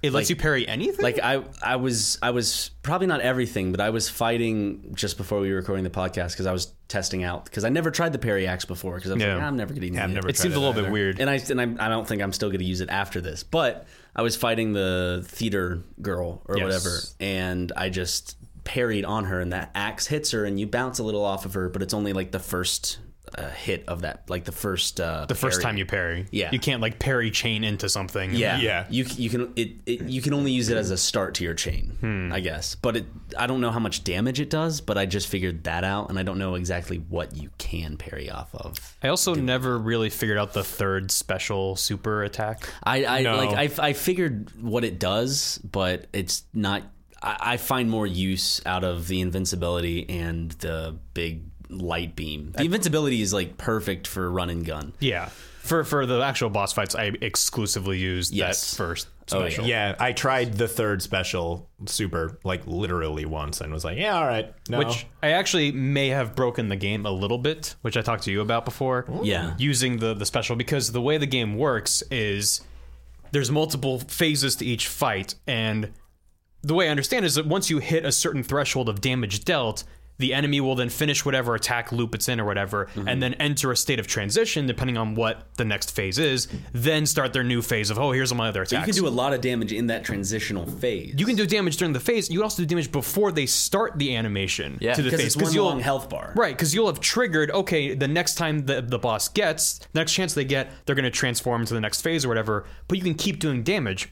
It lets you parry anything. Like I, I was, I was probably not everything, but I was fighting just before we were recording the podcast because I was testing out because I never tried the parry axe before because I was Yeah. like, "Ah, I'm never getting I've it. never it seems a tried little it bit either. weird. And I and I, I don't think I'm still going to use it after this. But I was fighting the theater girl or whatever, and I just parried on her, and that axe hits her, and you bounce a little off of her, but it's only like the first uh, hit of that, like the first uh, the first time you parry. Yeah. You can't like parry chain into something. Yeah, Yeah. You you can it, it you can only use it as a start to your chain, I guess. But it I don't know how much damage it does, but I just figured that out, and I don't know exactly what you can parry off of. I also never really figured out the third special super attack. I, I No. like I, I figured what it does, but it's not. I, I find more use out of the invincibility and the big light beam. The invincibility is like perfect for run and gun. Yeah. For for the actual boss fights, I exclusively used Yes. that first Oh, special. Yeah, I tried the third special super like literally once and was like, "Yeah, all right, no." Which Oh. I actually may have broken the game a little bit, which I talked to you about before. Yeah. Using the, the special, because the way the game works is there's multiple phases to each fight. And the way I understand is that once you hit a certain threshold of damage dealt, the enemy will then finish whatever attack loop it's in or whatever, Mm-hmm. and then enter a state of transition depending on what the next phase is, then start their new phase of, oh, here's all my other You attacks. can do a lot of damage in that transitional phase. You can do damage during the phase. You can also do damage before they start the animation Yeah. to the because phase it's one you'll long health bar. Right, because you'll have triggered, okay, the next time the, the boss gets, the next chance they get, they're going to transform to the next phase or whatever, but you can keep doing damage.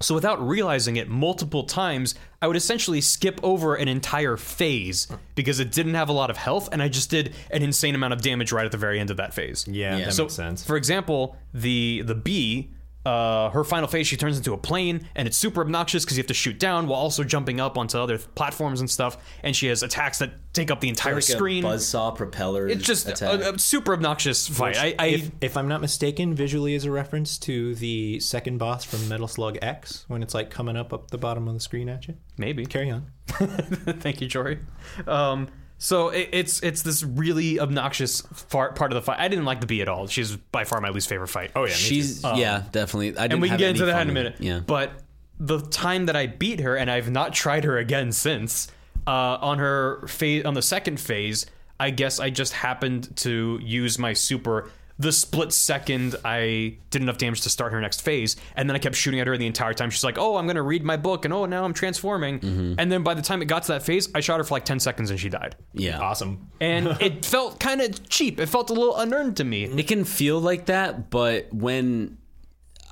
So without realizing it multiple times, I would essentially skip over an entire phase because it didn't have a lot of health, and I just did an insane amount of damage right at the very end of that phase. yeah, Yeah. that So- makes sense. For example, the the bee, uh, her final phase, she turns into a plane, and it's super obnoxious because you have to shoot down while also jumping up onto other platforms and stuff. And she has attacks that take up the entire Like screen. a buzzsaw propeller. it's just a, a super obnoxious fight. I, I if, if I'm not mistaken, visually is a reference to the second boss from Metal Slug X when it's like coming up up the bottom of the screen at you. maybe Carry on. Thank you, Jory. Um, so it, it's it's this really obnoxious far, part of the fight. I didn't like the bee at all. She's by far my least favorite fight. Oh yeah, She's yeah, definitely. I didn't and we can have get any into that fun in a with minute. it. Yeah, But the time that I beat her, and I've not tried her again since. Uh, on her phase, on the second phase, I guess I just happened to use my super the split second I did enough damage to start her next phase, and then I kept shooting at her the entire time. She's like, "Oh, I'm gonna read my book," and "Oh, now I'm transforming." Mm-hmm. And then by the time it got to that phase, I shot her for like ten seconds and she died. Yeah. Awesome. And it felt kind of cheap. It felt a little unearned to me. It can feel like that, but when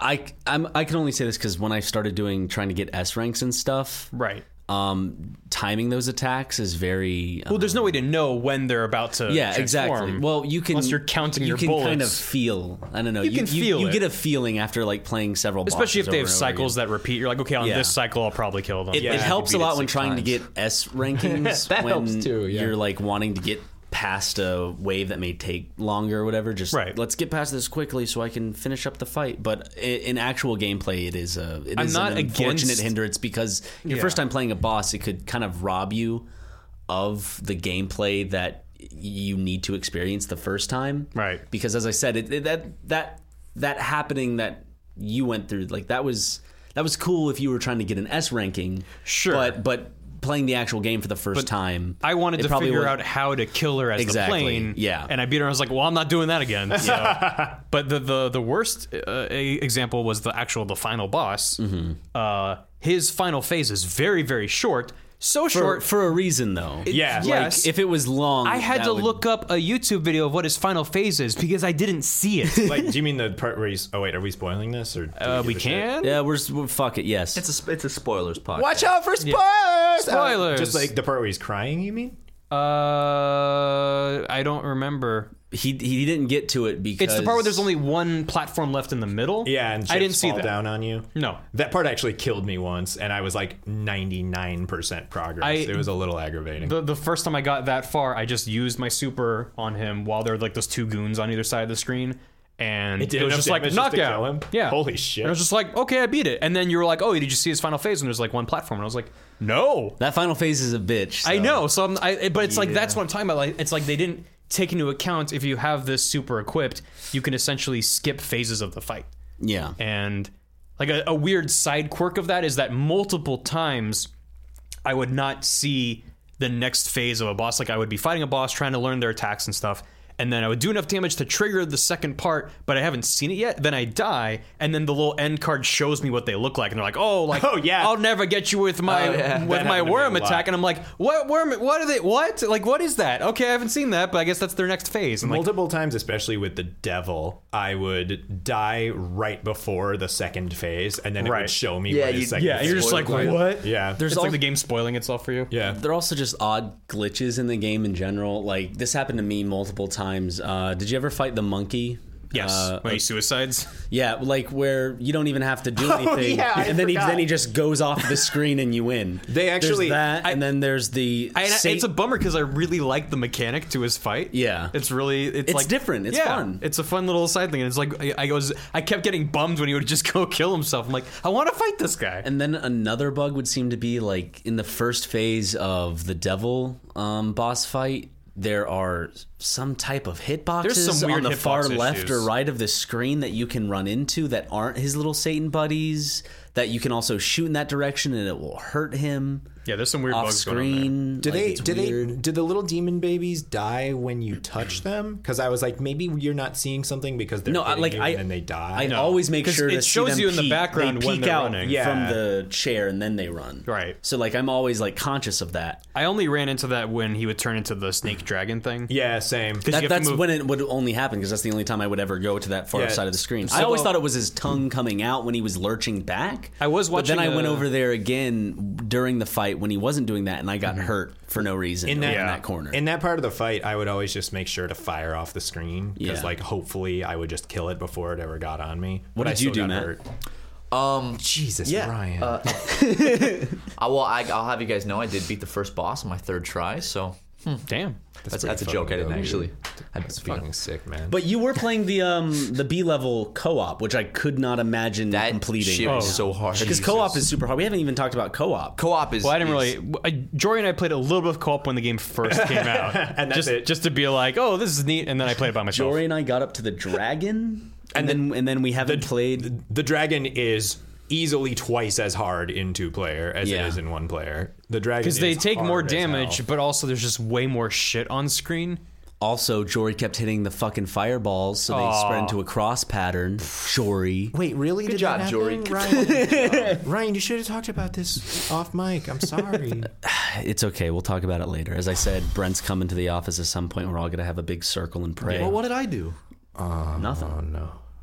I I'm, I can only say this because when I started doing trying to get S ranks and stuff, Right. um, timing those attacks is very uh, Well, there's no way to know when they're about to. yeah exactly. transform. Well, you can Unless you're counting you your can kind of bullets. feel. I don't know. You, can feel You it. get a feeling after like playing several, especially if bosses over they have and over cycles again. that repeat. You're like, okay, on Yeah. this cycle, I'll probably kill them. It, Yeah, it you helps a beat it lot when six trying to times. get S rankings. That when helps too, yeah. You're like wanting to get past a wave that may take longer or whatever. Just Right. let's get past this quickly so I can finish up the fight. But i- in actual gameplay, it is a it I'm is not an unfortunate against- hindrance because your Yeah. first time playing a boss, it could kind of rob you of the gameplay that you need to experience the first time. Right. Because as I said, it, it- that that that happening that you went through, like that was that was cool if you were trying to get an S ranking. Sure. But but playing the actual game for the first time, I wanted it to probably figure wa- out how to kill her as Exactly, the plane. yeah. and I beat her. and I was like, well, I'm not doing that again. So- but the the the worst uh, e- example was the actual the final boss. Mm-hmm. Uh, his final phase is very very short. So for, short. for a reason though. Yeah. Like, yes. if it was long, I had that to would- look up a YouTube video of what his final phase is because I didn't see it. Like, do you mean the part where he's? Oh wait, are we spoiling this or? do uh, give we a shit? can. Yeah, we're, s- we're fuck it. Yes. It's a sp- it's a spoilers podcast. Watch out for spoilers! Uh, Spoilers. just like the part where he's crying. You mean? Uh, I don't remember. he he didn't get to it because It's the part where there's only one platform left in the middle. Yeah, and I didn't chips see fall that. down on you. No. that part actually killed me once, and I was like ninety nine percent progress. I- it was a little aggravating. The, the first time I got that far, I just used my super on him while there were like those two goons on either side of the screen, and it, did was enough just like damage just knockout. to kill him? Yeah, Holy shit. And I was just like, okay, I beat it. And then you were like, oh, did you see his final phase? And there's like one platform, and I was like, no, that final phase is a bitch. I so- know. So I'm, I, but it's like that's what I'm talking about. Like, it's like they didn't take into account if you have this super equipped, you can essentially skip phases of the fight. Yeah. And like a, a weird side quirk of that is that multiple times I would not see the next phase of a boss. Like I would be fighting a boss, trying to learn their attacks and stuff. And then I would do enough damage to trigger the second part, but I haven't seen it yet. Then I die, and then the little end card shows me what they look like, and they're like, "Oh, like, Oh, yeah. I'll never get you with my Oh, yeah. with That happened my to me worm a lot. attack." And I'm like, "What worm? What are they? What? Like, what is that? Okay, I haven't seen that, but I guess that's their next phase." And like, Multiple times, especially with the devil, I would die right before the second phase, and then it Right. would show me Yeah, what his you- second yeah, and you're just like, Spoiler. "What?" Yeah. There's it's al- like the game spoiling itself for you. yeah. They're also just odd glitches in the game in general. Like this happened to me multiple times. Uh, did you ever fight the monkey? Yes. Uh, when he suicides. yeah, like where you don't even have to Oh, do anything, yeah, I and then he, forgot. then he just goes off the screen and you win. They actually- there's that, and then there's the And I- Sa- it's a bummer because I really like the mechanic to his fight. Yeah. it's really it's, It's like different. It's yeah, fun. It's a fun little side thing. And it's like I, I was I kept getting bummed when he would just go kill himself. I'm like I want to fight this guy. and then another bug would seem to be like in the first phase of the devil um, boss fight. There are some type of hitboxes some weird on the hitbox far left or issues. right of the screen that you can run into that aren't his little Satan buddies. That you can also shoot in that direction and it will hurt him. yeah, there's some weird off bugs going on there. screen. Do like, they it's do weird. they do the little demon babies die when you touch them? Because I was like, maybe you're not seeing something because they're No, I- hitting like you I and then they die. I always make 'Cause sure it to see shows them you in the peek. background they when peek they're out running. Yeah. from the chair and then they run. Right. So like I'm always like conscious of that. I only ran into that when he would turn into the snake dragon thing. yeah, same. you have That, to that's move- when it would only happen because that's the only time I would ever go to that far Yeah. side of the screen. I always thought it was his tongue coming out when he was lurching back. I was But then watching I went a- over there again during the fight when he wasn't doing that and I got hurt for no reason In that- Mm-hmm. Yeah. corner. In that part of the fight, I would always just make sure to fire off the screen because, Yeah. like, hopefully, I would just kill it before it ever got on me. What did you do, Matt? Um, Jesus, Yeah, uh, Ryan. I, well, I, I'll have you guys know I did beat the first boss on my third try, so Damn. that's, pretty that's, a joke. fucking I didn't dope, actually. dude. I that's fucking sick, man. but you were playing the um the B level co op, which I could not imagine that completing. shit was Oh. Oh. so hard. because co op is super hard. We haven't even talked about co op. co-op is. Well, I didn't is- really. I, Jory and I played a little bit of co-op when the game first came out, And that's just it. just to be like, oh, this is neat, and then I played it by myself. Dory and I got up to the dragon, and, then and then we haven't played. the dragon is easily twice as hard in two player as Yeah. it is in one player. The dragon Because they is take more hard as hell. damage, but also there's just way more shit on screen. Also, Jory kept hitting the fucking fireballs, so they spread into a cross pattern. Jory. Wait, really? Good job, Jory. Ryan, Ryan, you should have talked about this off mic. I'm sorry. It's okay. We'll talk about it later. As I said, Brent's coming to the office at some point. We're all going to have a big circle and pray. Well, what did I do? Nothing.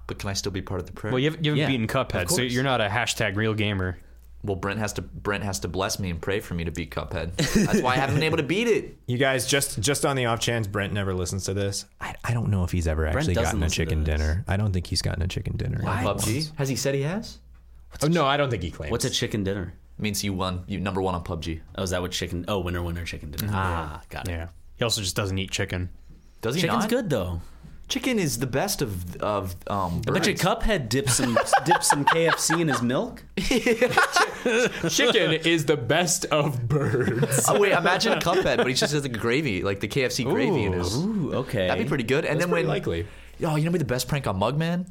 But can I still be part of the prayer? Well, you haven't, you haven't Yeah, beaten Cuphead, so you're not a hashtag real gamer. Well, Brent has to Brent has to bless me and pray for me to beat Cuphead. That's why I haven't been able to beat it. You guys, just just on the off chance Brent never listens to this, I, I don't know if he's ever actually doesn't gotten a listen to chicken this. dinner. I don't think he's gotten a chicken dinner. PUBG? Has he said he has? Oh, no, I don't think he claims. What's a chicken dinner? Means you won. You number one on PUBG. Oh, is that what chicken? Oh, winner, winner, chicken dinner. Mm-hmm. Ah, got it. Yeah. He also just doesn't eat chicken. Does he Chicken's not? good though. Chicken is the best of of um. I bet your Cuphead dips some dips some KFC in his milk. chicken is the best of birds. Oh wait, imagine Cuphead, but he just has the gravy, like the KFC gravy in his. Ooh, okay. That'd be pretty good. And then pretty when likely. oh, you know, what'd be the best prank on Mugman.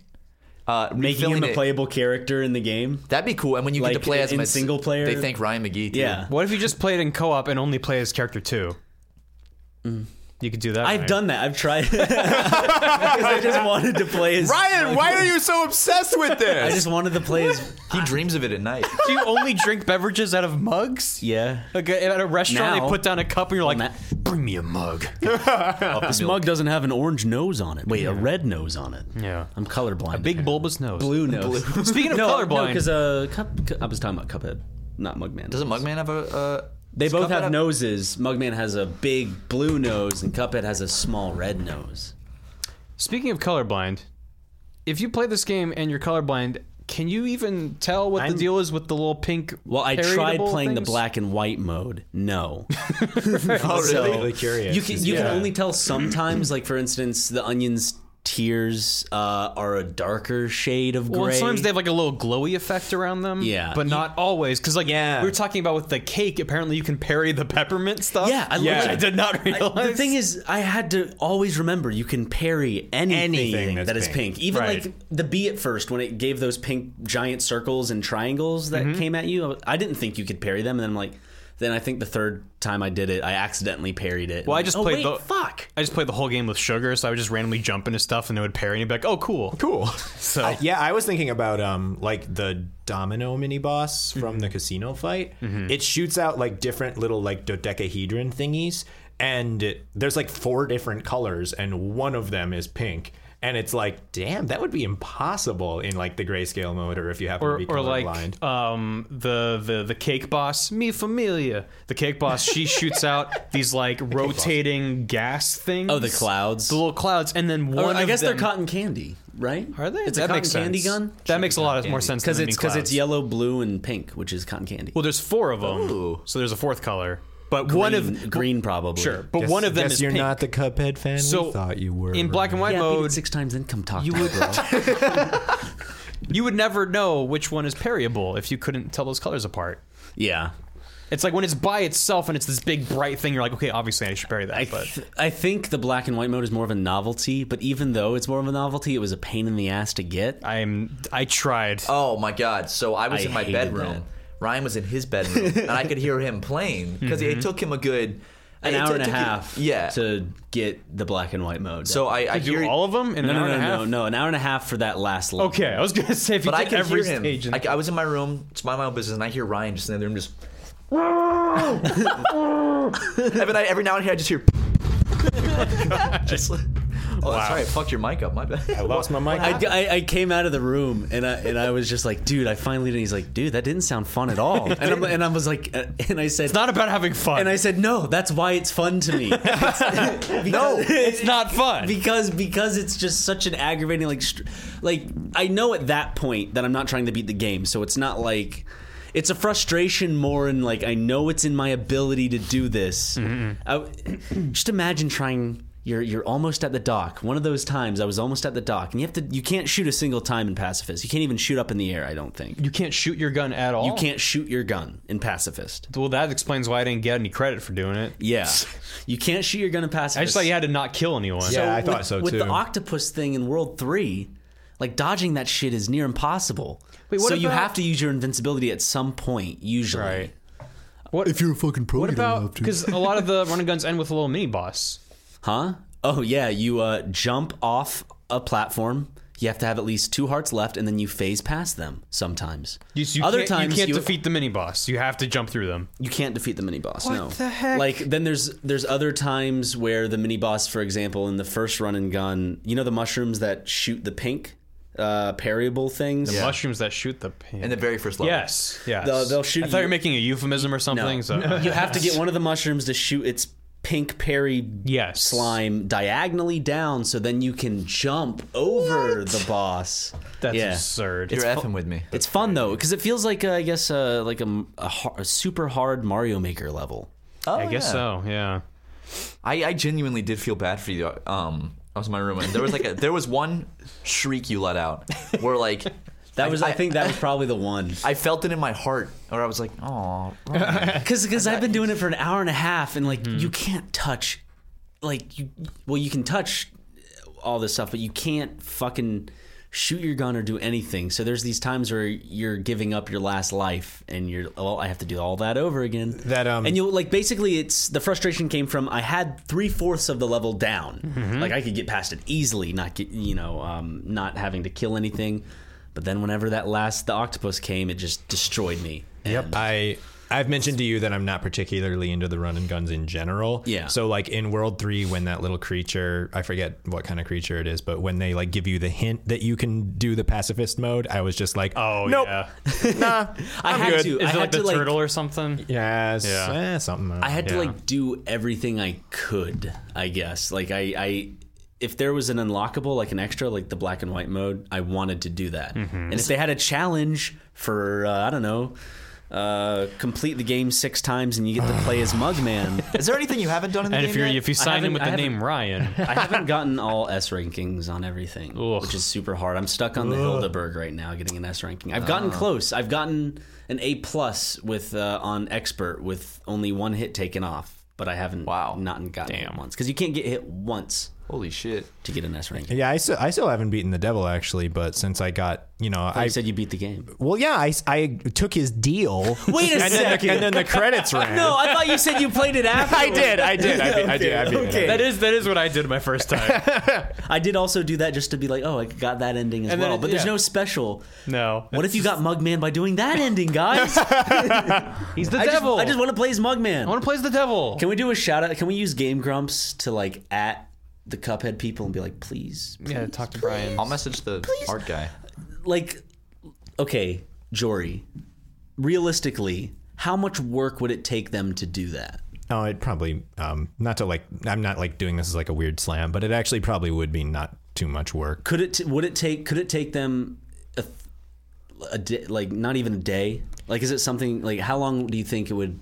Uh, Making refilling him a it. playable character in the game. That'd be cool. And when you get Like, to play as him in as- single player? they thank Ryan McGee. Too. Yeah. What if you just played in co-op and only play as character two? You could do that. I've right? done that. I've tried because I just wanted to play as Ryan, why are you so obsessed with I this? just wanted to play as he dreams of it at night. Do you only drink beverages out of mugs? yeah. Like uh, at a restaurant, Now- they put down a cup and you're like, Matt- "Bring me a mug." This mug doesn't have an orange nose on it. Wait, a red nose on it. Yeah. I'm colorblind. A Big bulbous nose. blue nose. Speaking of no, colorblind, because uh, cup, I was talking about Cuphead, not Mugman. Doesn't Mugman have a? Uh, They does both Cuphead have noses. Mugman has a big blue nose, and Cuphead has a small red nose. speaking of colorblind, if you play this game and you're colorblind, can you even tell what the deal is with the little pink? Well, I tried heritable playing things? the black and white mode. No. Oh, So, really curious. You can you Yeah. can only tell sometimes. Like for instance, the onions tears uh, are a darker shade of gray. Well, and sometimes they have like a little glowy effect around them. Yeah. but You- not always. Because like Yeah. we were talking about with the cake, apparently you can parry the peppermint stuff. Yeah, I which love I it. did not I- realize. the thing is, I had to always remember you can parry anything, Anything that's that is pink. pink. Even Right. like the bee at first, when it gave those pink giant circles and triangles that Mm-hmm. came at you, I didn't think you could parry them. And then I'm like, then I think the third time I did it, I accidentally parried it. Well, I And just I'm like, played oh, wait, the- fuck. I just played the whole game with sugar, so I would just randomly jump into stuff and it would parry and you'd be like, "Oh, cool, cool. So I- Uh, yeah, I was thinking about um like the domino mini boss Mm-hmm. from the casino fight. It shoots out like different little like dodecahedron thingies, and it- there's like four different colors, and one of them is pink. And it's like, damn, that would be impossible in like the grayscale mode, or if you happen to or, be or colorblind. like um, the, the the cake boss, mi familia. The cake boss, she shoots out these like rotating gas things. Oh, the clouds. the little clouds, and then Or one. I of guess them, they're cotton candy, right? Are they? It's that a makes cotton candy sense. gun That makes a lot more sense because than it's mini because it's clouds. yellow, blue, and pink, which is cotton candy. Well, there's four of them, so there's a fourth color. But one of Green- green probably. sure, but one of them Guess is you're pink. not the Cuphead fan So, we thought you were. in black and white Yeah, I beat mode. it six times income talk. You time, would- bro. you would never know which one is parryable if you couldn't tell those colors apart. yeah. It's like when it's by itself and it's this big bright thing. You're like, okay, obviously I should parry that. I, but th- I think the black and white mode is more of a novelty, but even though it's more of a novelty, it was a pain in the ass to get. I'm I tried. Oh my god! So I was I in my hated bedroom. that. Ryan was in his bedroom, and I could hear him playing because it took him a good Mm-hmm. An it hour took- and a took him- half yeah. to get the black and white mode. so I, I do hear all of them in no, an no, hour no, and a half. no, no, an hour and a half for that last level. Okay, I was gonna say if you But I did could every hear him. stage. in- I, I was in my room, it's my, my own business, and I hear Ryan just in the room just. every, night, every now and here, I just hear. just like, oh, sorry, I fucked your mic up. My bad. I lost my mic. I, I, I came out of the room and I and I was just like, dude, I finally did. it." He's like, dude, that didn't sound fun at all. And I'm, and I was like, uh, and I said, it's not about having fun. and I said, no, that's why it's fun to me. no, it's not fun. because because it's just such an aggravating like str- like I know at that point that I'm not trying to beat the game, so it's not like it's a frustration more in like I know it's in my ability to do this. I- just imagine trying. You're you're almost at the dock. One of those times I was almost at the dock, and you have to you can't shoot a single time in pacifist. You can't even shoot up in the air. I don't think you can't shoot your gun at all. you can't shoot your gun in pacifist. Well, that explains why I didn't get any credit for doing it. Yeah, you can't shoot your gun in pacifist. I just thought you had to not kill anyone. Yeah, I thought with, so With too. the octopus thing in World Three, Like dodging that shit is near impossible. Wait, what so you about- have to use your invincibility at some point, usually. Right. If you're a fucking pro, What you don't about have to. because a lot of the run and guns end with a little mini boss? Huh? Oh yeah, you uh, jump off a platform. You have to have at least two hearts left, and then you phase past them. Sometimes. You, you Other can't, times you can't defeat the mini boss. You have to jump through them. you can't defeat the mini boss. no. the heck? Like then there's there's other times where the mini boss, for example, in the first run and gun, you know the mushrooms that shoot the pink, uh, parryable things. The mushrooms that shoot the pin. in the very first level. yes, yes. They'll- they'll shoot I thought you- you were making a euphemism or something. So you have to get one of the mushrooms to shoot its pink parry Yes. slime diagonally down, so then you can jump over the boss. That's Yeah. absurd. You're effing with me. It's fun though, because it feels like uh, I guess uh, like a, a har- a super hard Mario Maker level. Oh, I guess yeah. so. Yeah. I, I genuinely did feel bad for you. Um, I was in my room and there was like a, there was one shriek you let out where like That was, I, think, that was probably the one. I felt it in my heart, or I was like, oh, Because because I've been doing it for an hour and a half, and like Hmm. you can't touch, like you well you can touch all this stuff, but you can't fucking shoot your gun or do anything. So there's these times where you're giving up your last life, and you're well I have to do all that over again. That, um, and you like basically it's the frustration came from I had three fourths of the level down, Mm-hmm. like I could get past it easily, not get you know um, not having to kill anything. But then whenever that last the octopus came, it just destroyed me. And- I I've mentioned to you that I'm not particularly into the run and guns in general. Yeah. So like in World Three, when that little creature I forget what kind of creature it is, but when they like give you the hint that you can do the pacifist mode, I was just like, Oh nope. yeah. I had good. to. Is I it had like to the like turtle or something? Yes. Yeah. eh, something. I had to Yeah. like do everything I could, I guess. Like I, I if there was an unlockable, like an extra, like the black and white mode, I wanted to do that. Mm-hmm. And if they had a challenge for uh, I don't know, uh, complete the game six times and you get to play as Mugman. is there anything you haven't done in the And game if you are yet? if you sign haven't- in with I the haven't- name Ryan, I haven't gotten all S rankings on everything, Ugh. which is super hard. I'm stuck on the Hildeberg right now, getting an S ranking. I've gotten close. I've gotten an A plus with uh, on expert with only one hit taken off, but I haven't Wow. not gotten Damn. it once because you can't get hit once holy shit, to get an S ranking. yeah, I still, I still haven't beaten the devil actually, but since I got, you know, I, I said you beat the game. well, yeah, I, I took his deal. Wait a and then, the, and then the credits ran. No, I thought you said you played it after. I did, I did, I, beat- I did, I beat it. that is that is what I did my first time. I did also do that just to be like, oh, I got that ending as And then well. it- but there's yeah. no special. No. What if you got Mugman by doing that ending, guys? He's the I just, devil. I just want to play as Mugman. want to play as the devil. Can we do a shout out? Can we use Game Grumps to like at the Cuphead people and be like, please, yeah, talk to Brian. I'll message the art guy. like, okay, Jory, realistically, how much work would it take them to do that? Oh, it probably um not to like I'm not like doing this as like a weird slam, but it actually probably would be not too much work. Could it? T- would it take? Could it take them a, th- a day? Like not even a day? Like, is it something? Like, how long do you think it would?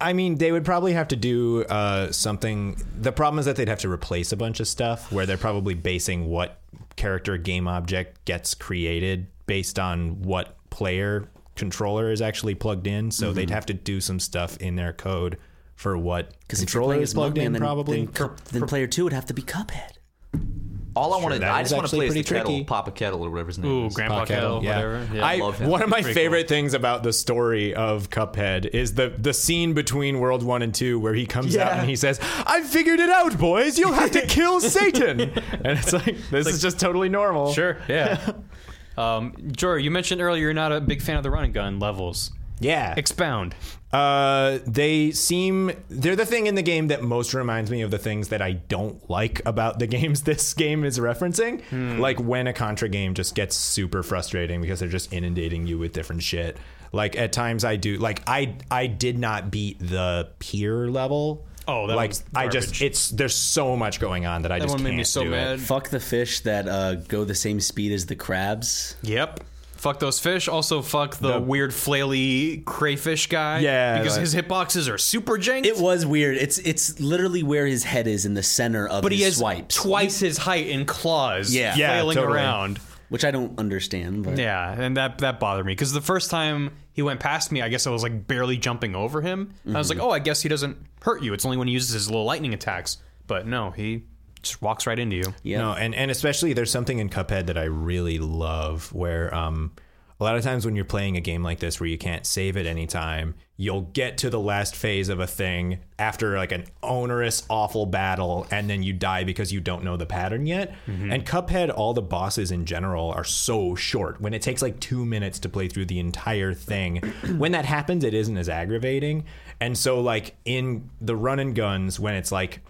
I mean, they would probably have to do uh something the problem is that they'd have to replace a bunch of stuff where they're probably basing what character game object gets created based on what player controller is actually plugged in, so they'd have to do some stuff in their code for what Because controller is plugged in probably. then, Cup- then player two would have to be Cuphead. All I want to, that I is just want to actually play is the pretty tricky. kettle, Papa Kettle, or whatever his name Ooh, is. Grandpa Kettle, yeah. whatever. Yeah. I, love him. one of my Pretty favorite things about the story of Cuphead is the the scene between World One and Two where he comes out and he says, "I figured it out, boys. You'll have to kill Satan." And it's like this is just totally normal. Sure. Yeah. um, Jory, you mentioned earlier you're not a big fan of the run and gun levels. Yeah. Expound. Uh, they seem they're the thing in the game that most reminds me of the things that I don't like about the games this game is referencing. Hmm. Like when a Contra game just gets super frustrating because they're just inundating you with different shit. Like at times I do like I I did not beat the peer level. Oh, that like one's I just garbage. it's there's so much going on that I That just one made can't me so do it. mad. Fuck the fish that uh, go the same speed as the crabs. Yep. Fuck those fish. Also, fuck the, The- weird flaily crayfish guy. Yeah, Because like- his hitboxes are super janked. It was weird. It's it's literally where his head is in the center of but his he has swipes, twice his height in claws. Yeah. Yeah, Flailing totally. around. which I don't understand. But Yeah, and that that bothered me because the first time he went past me, I guess I was like barely jumping over him. I was like, oh, I guess he doesn't hurt you. It's only when he uses his little lightning attacks. But no, he just walks right into you. Yeah. No, and and especially there's something in Cuphead that I really love where um a lot of times when you're playing a game like this where you can't save at any time, you'll get to the last phase of a thing after like an onerous, awful battle, and then you die because you don't know the pattern yet. And Cuphead, all the bosses in general are so short. When it takes like two minutes to play through the entire thing, when that happens, it isn't as aggravating. And so like in the run and guns, when it's like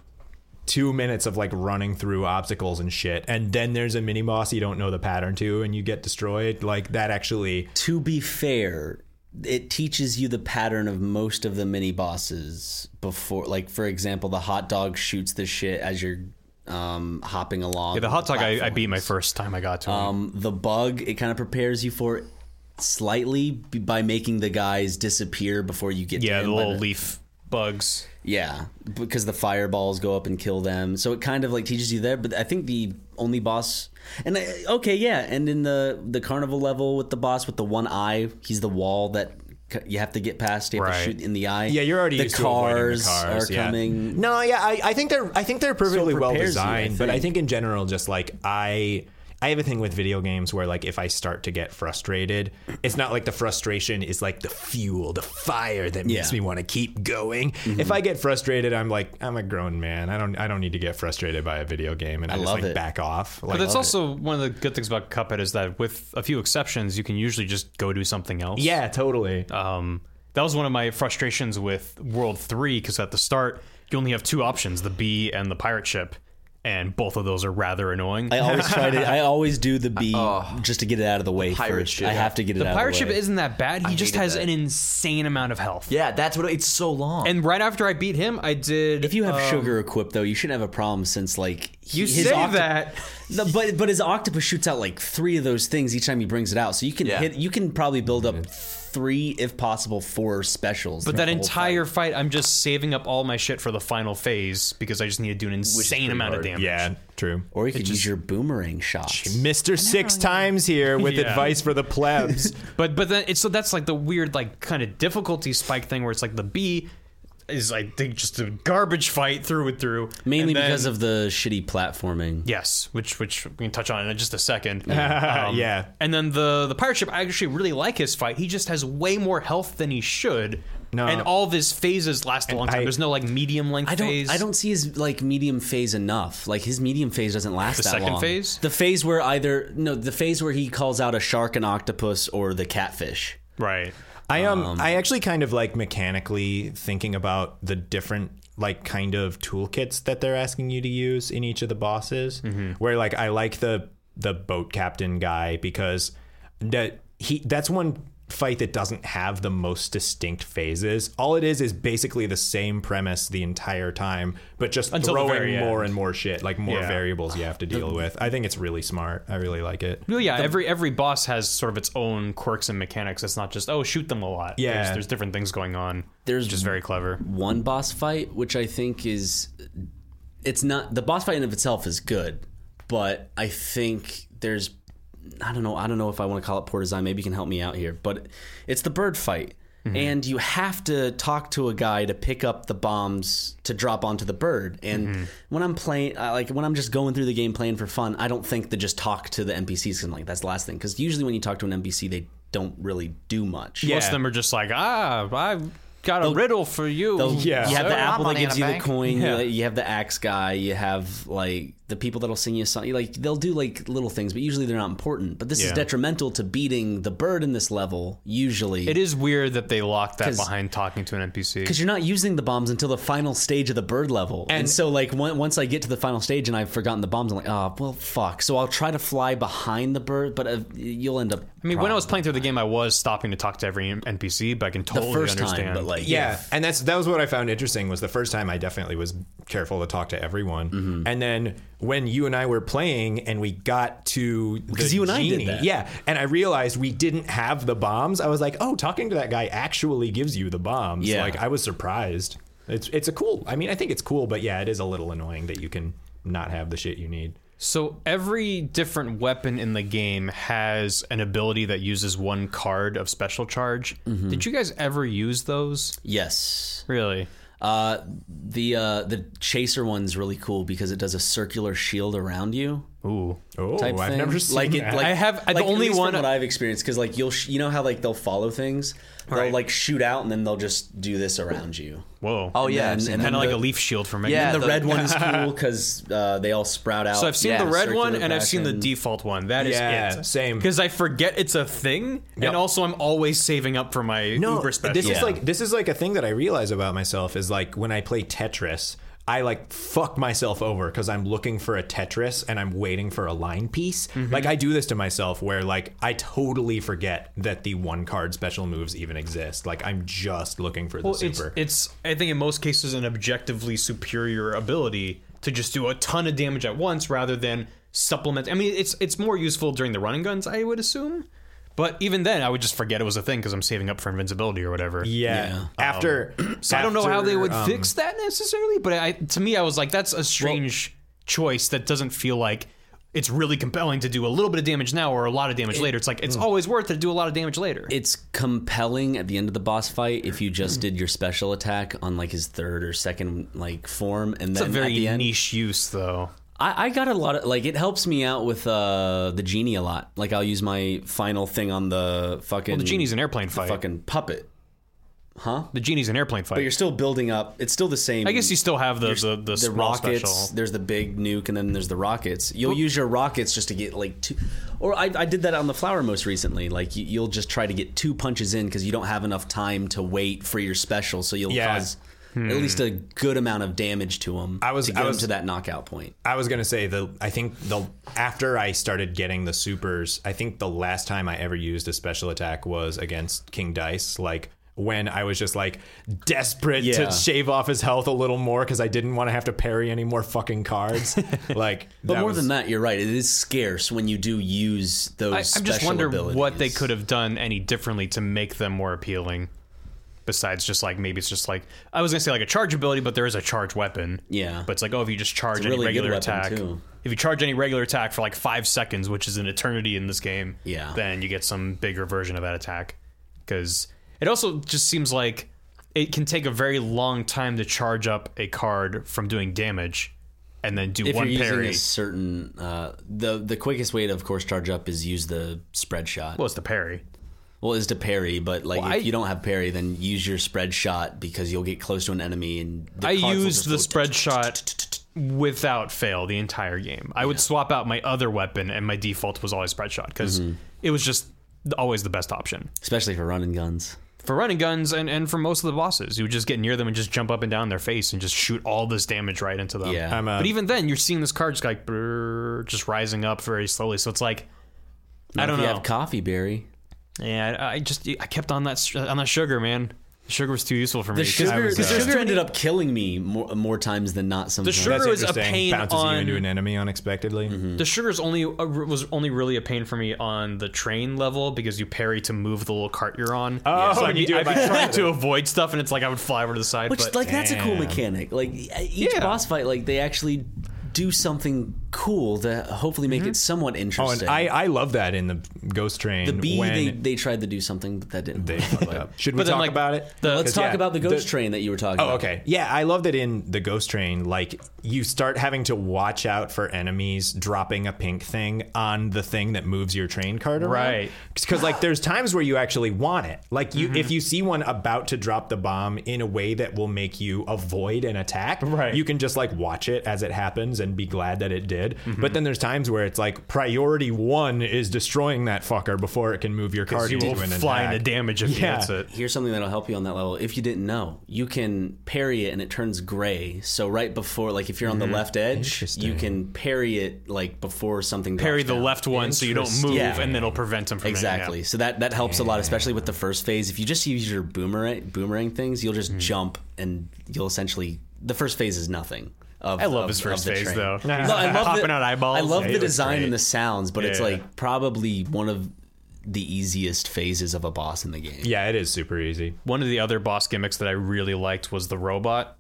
two minutes of like running through obstacles and shit, and then there's a mini boss you don't know the pattern to, and you get destroyed. Like that actually, to be fair, it teaches you the pattern of most of the mini bosses before. Like for example, the hot dog shoots the shit as you're um, hopping along. Yeah, the hot dog I, I beat my first time I got to. him. Um, the bug it kind of prepares you for it slightly b- by making the guys disappear before you get. yeah, to him, the but little it- leaf bugs. Yeah, because the fireballs go up and kill them. So it kind of like teaches you there. But I think the only boss, and I, okay, yeah, and in the the carnival level with the boss with the one eye, he's the wall that c- you have to get past. You have Right. to shoot in the eye. yeah, you're already the used cars, to avoiding the cars are yeah. coming. No, yeah, I, I think they're I think they're perfectly well prepares you, I designed, but I think. think in general, just like I. I have a thing with video games where, like, if I start to get frustrated, it's not like the frustration is like the fuel, the fire that makes Yeah. Mm-hmm. me want to keep going. If I get frustrated, I'm like, I'm a grown man. I don't, I don't need to get frustrated by a video game, and I, just love like it. back off. Like, But that's also one of the good things about Cuphead is that with a few exceptions, you can usually just go do something else. yeah, totally. Um, that was one of my frustrations with World 3 because at the start, you only have two options the bee and the pirate ship, and both of those are rather annoying. I always try to. I always do the B just to get it out of the way. pirate first. ship. I have to get it the out. pirate of the ship way. isn't that bad. He just hated has that. an insane amount of health. Yeah, that's what it's so long. And right after I beat him, I did. If you have um, sugar equipped though, you shouldn't have a problem since like you his say octo- that. No, but but his octopus shoots out like three of those things each time he brings it out, so you can Yeah. hit. You can probably build up three, if possible, four specials. But throughout that the whole entire fight. fight. I'm just saving up all my shit for the final phase because I just need to do an insane amount of damage. Yeah, true. or you could use your boomerang shots. Mister Six Times here with Yeah. advice for the plebs. But but then it's so that's like the weird like kind of difficulty spike thing where it's like the B is I think just a garbage fight through and through. Mainly And then- because of the shitty platforming. Yes, which which we can touch on in just a second. Um, yeah. And then the the pirate ship, I actually really like his fight. He just has way more health than he should. No. And all of his phases last a long time. I- There's no like medium length I don't. phase. I don't see his like medium phase enough. Like his medium phase doesn't last The that second long. phase? the phase where either no, the phase where he calls out a shark, an octopus, or the catfish. Right. I um, I actually kind of like mechanically thinking about the different like kind of toolkits that they're asking you to use in each of the bosses. Mm-hmm. Where like I like the the boat captain guy because that he that's one fight that doesn't have the most distinct phases. All it is is basically the same premise the entire time, but just Until the very throwing more end. and more shit, like more Yeah. variables you have to deal with. I think it's really smart. I really like it. No, yeah. every every boss has sort of its own quirks and mechanics. It's not just oh shoot them a lot. Yeah. There's, there's different things going on. There's which is very clever. one boss fight, which I think is it's not the boss fight in of itself is good, but I think there's I don't know I don't know if I want to call it poor design. Maybe you can help me out here, but it's the bird fight. And you have to talk to a guy to pick up the bombs to drop onto the bird. And when I'm playing, I- like when I'm just going through the game playing for fun, I don't think to just talk to the NPCs. And like that's the last thing, because usually when you talk to an NPC, they don't really do much. Most of them are just like ah I've got a riddle for you. Yeah. You have Sir, the apple I'm that money in gives a you bank. the coin. You, you have the axe guy. You have like the people that'll sing you a song. You, Like they'll do like little things, but usually they're not important. But this Yeah. is detrimental to beating the bird in this level. Usually, It is weird that they locked that 'Cause- behind talking to an NPC. because you're not using the bombs until the final stage of the bird level. And, so like on- once I get to the final stage and I've forgotten the bombs, I'm like, oh well, fuck. So I'll try to fly behind the bird, but uh, you'll end up. I mean, when I was playing through the game, I was stopping to talk to every NPC, but I can the totally first understand. time, but like yeah and that's that was what i found interesting was the first time i definitely was careful to talk to everyone Mm-hmm. and then when you and i were playing and we got to because you and I did that. yeah and i realized we didn't have the bombs i was like oh talking to that guy actually gives you the bombs Yeah. like i was surprised it's it's a cool i mean i think it's cool but yeah it is a little annoying that you can not have the shit you need so every different weapon in the game has an ability that uses one Mm-hmm. card of special charge. Did you guys ever use those? yes. Really? Uh, the uh, the chaser one's really cool because it does a circular shield around you. Ooh. Oh, type I've thing. never seen like that. It, like, I have- like, the only at least one- from what I've experienced because like you'll sh- you know how like they'll follow things they'll Right. like shoot out and then they'll just do this around you. Whoa. Oh yeah, I've then- seen and that. Kind of like the- a leaf shield for me. Yeah, And the, the- red one is cool because uh, they all sprout out. So I've seen Yeah, the red one circular and I've seen the fashion. default one. That is Yeah, it. same. Because I forget it's a thing, and also I'm always saving up for my Uber special. This is Yeah. like this is like a thing that I realize about myself is like when I play Tetris, I like fuck myself over because I'm looking for a Tetris and I'm waiting for a line piece. Mm-hmm. Like I do this to myself where like I totally forget that the one card special moves even exist. Like I'm just looking for the Well, it's, super. it's I think in most cases an objectively superior ability to just do a ton of damage at once rather than supplement. I mean, it's it's more useful during the running guns, I would assume. But even then, I would just forget it was a thing because I'm saving up for invincibility or whatever. yeah. After Um, So I don't know how they after, would um, fix that necessarily, but I, to me, I was like, that's a strange choice that doesn't feel like it's really compelling to do a little bit of damage now or a lot of damage later. It's like it's always worth it to do a lot of damage later. it's compelling at the end of the boss fight if you just did your special attack on like his third or second like form and it's a then at very the end niche use, though. I, I got a lot of like it helps me out with uh the genie a lot like I'll use my final thing on the fucking The genie's an airplane fight. Mm. fucking puppet the genie's an airplane fight. but you're still building up it's still the same I guess you still have the the, the, the small rockets. special. There's the big nuke, and then there's the rockets. You'll use your rockets just to get like two. Or I, I did that on the flower most recently. Like you, you'll just try to get two punches in because you don't have enough time to wait for your special, so you'll Yeah. cause Hmm. at least a good amount of damage to them. I was- to I get 'em was- to that knockout point. I was gonna say the I think the after I started getting the supers, I think the last time I ever used a special attack was against King Dice, like when I was just like desperate Yeah. to shave off his health a little more because I didn't want to have to parry any more fucking cards. like, But more than that, you're right. It is scarce when you do use those. I, I'm just special wondering what they abilities. could have done any differently to make them more appealing. Besides, just like maybe it's just like I was gonna say like a charge ability, but there is a charge weapon. Yeah. but it's like oh, if you just charge any really good regular weapon, attack, too. if you charge any regular attack for like five seconds, which is an eternity in this game, Yeah. then you get some bigger version of that attack. Because it also just seems like it can take a very long time to charge up a card from doing damage, and then do If one you're parry. using a certain, uh, the the quickest way to, of course, charge up is use the spread shot. well, it's the parry. Well, is to parry, but like Well, if I- you don't have parry, then use your spread shot because you'll get close to an enemy and the I cards will used just the go- spread shot without fail the entire game. I would swap out my other weapon, and my default was always spread shot because Mm-hmm. it was just always the best option especially for running guns. for running guns and, and for most of the bosses. You would just get near them and just jump up and down their face and just shoot all this damage right into them. Yeah. I'm a- but even then, you're seeing this card just like brrr, just rising up very slowly. So it's like. I If don't you know. have coffee berry. yeah, I- I just I kept on that str- on that sugar, man. Sugar was too useful for The me. 'cause I sugar, was, the uh, sugar ended up killing me more, more times than not. Sometimes sugar- There was a interesting. pain bounces on- you into an enemy unexpectedly. Mm-hmm. The sugar's only uh, was only really a pain for me on the train level because you parry to move the little cart you're on. Oh, so and I'd you be, do it I'd be by trying to avoid stuff, and it's like I would fly over to the side. which but like that's a cool Damn. mechanic. Like e- each Yeah. boss fight, like they actually do something cool to hopefully Mm-hmm. make it somewhat Oh, and interesting. I, I love that in the Ghost Train. the B, when they, they tried to do something, but that didn't. they work. fucked up. Should we But then, talk like, about it? the- Let's 'Cause, talk yeah, about the ghost the- train that you were talking. Oh, about. okay. Yeah, I love that in the Ghost Train, like you start having to watch out for enemies dropping a pink thing on the thing that moves your train cart around. Right. Mm-hmm. Because like there's times where you actually want it. Like you, if you see one about to drop the bomb in a way that will make you avoid an attack, Right. You can just like watch it as it happens and be glad that it did. Mm-hmm. But then there's times where it's like priority one is destroying that fucker before it can move your cart you into will an fly attack. into damage if Yeah. you hits it. Here's something that'll help you on that level. If you didn't know, you can parry it and it turns gray. So right before, like if you're on the left edge, you can parry it like before something. Parry drops the down. left one so you don't move, Yeah. and then it'll prevent him from Exactly. It, So that that helps a lot, especially with the first phase. If you just use your boomerang boomerang things, you'll just jump and you'll essentially the first phase is nothing. Of, I love of- his first of the phase, train. though. No, I love Popping the, out eyeballs. I love Yeah, the it was design great. and the sounds, but it's Yeah. like probably one of the easiest phases of a boss in the game. Yeah, it is super easy. yeah. One of the other boss gimmicks that I really liked was the robot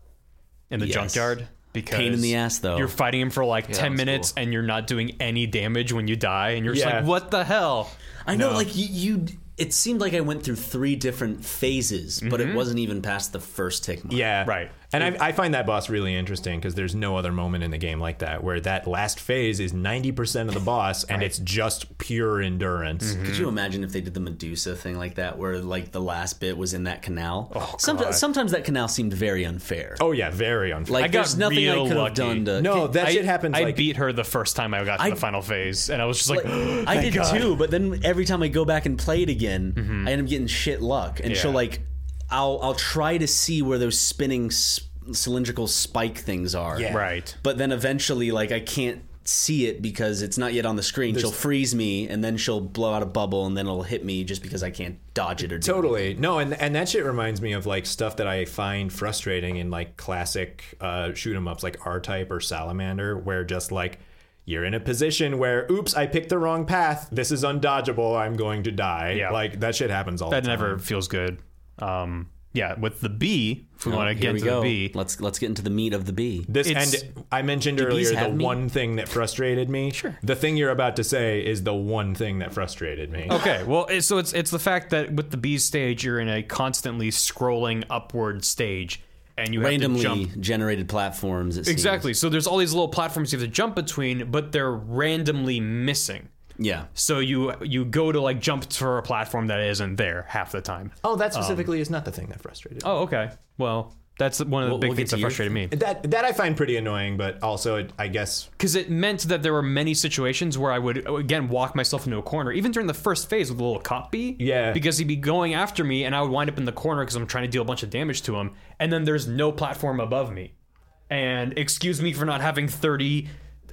in the Yes. junkyard. Because Pain in the ass, though. You're fighting him for like ten was minutes, and you're not doing any damage when you die, and you're just Yeah. like, "What the hell?" I know, like you, you. It seemed like I went through three different phases, but it wasn't even past the first tick mark. Yeah. Right. And I, I find that boss really interesting because there's no other moment in the game like that where that last phase is 90% of the boss and it's just pure endurance. Mm-hmm. Could you imagine if they did the Medusa thing like that, where like the last bit was in that canal? Oh, Sometimes, sometimes that canal seemed very unfair. Oh, yeah, very unfair. like I got there's nothing I real could have lucky. done to. no, that I, shit happens I like beat her the first time I got to I- the final phase, and I was just like, Like, I did too, but then every time I go back and play it again, I end up getting shit luck, and she'll Yeah. like, I'll I'll try to see where those spinning s- cylindrical spike things are, Yeah. right. but then eventually like I can't see it because it's not yet on the screen. she'll freeze me, and then she'll blow out a bubble, and then it'll hit me just because I can't dodge it or do it. Totally. No, and and that shit reminds me of like stuff that I find frustrating in like classic uh shoot 'em ups like R type or salamander, where just like you're in a position where oops, I picked the wrong path. This is undodgeable, I'm going to die. Yeah. Like that shit happens all That the time. never feels good. Um, yeah, with the B, if we want to Oh, Here get we to go. the B, Let's let's get into the meat of the bee. This It's- and I mentioned bees earlier the have me? one thing that frustrated me. Sure. The thing you're about to say is the one thing that frustrated me. Okay, well, it- so it's it's the fact that with the B stage, you're in a constantly scrolling upward stage, and you randomly have to jump. generated platforms. It seems. Exactly. So there's all these little platforms you have to jump between, but they're randomly missing. Yeah. So you you go to like jump for a platform that isn't there half the time. Oh, that specifically is not the thing that frustrated me. Oh, okay. Well, that's one of the We'll- big we'll get things to that your- frustrated me That that I find pretty annoying, but also it, I guess because it meant that there were many situations where I would again walk myself into a corner, even during the first phase with a little cop bee. Yeah. because he'd be going after me, and I would wind up in the corner because I'm trying to deal a bunch of damage to him, and then there's no platform above me. And excuse me for not having 30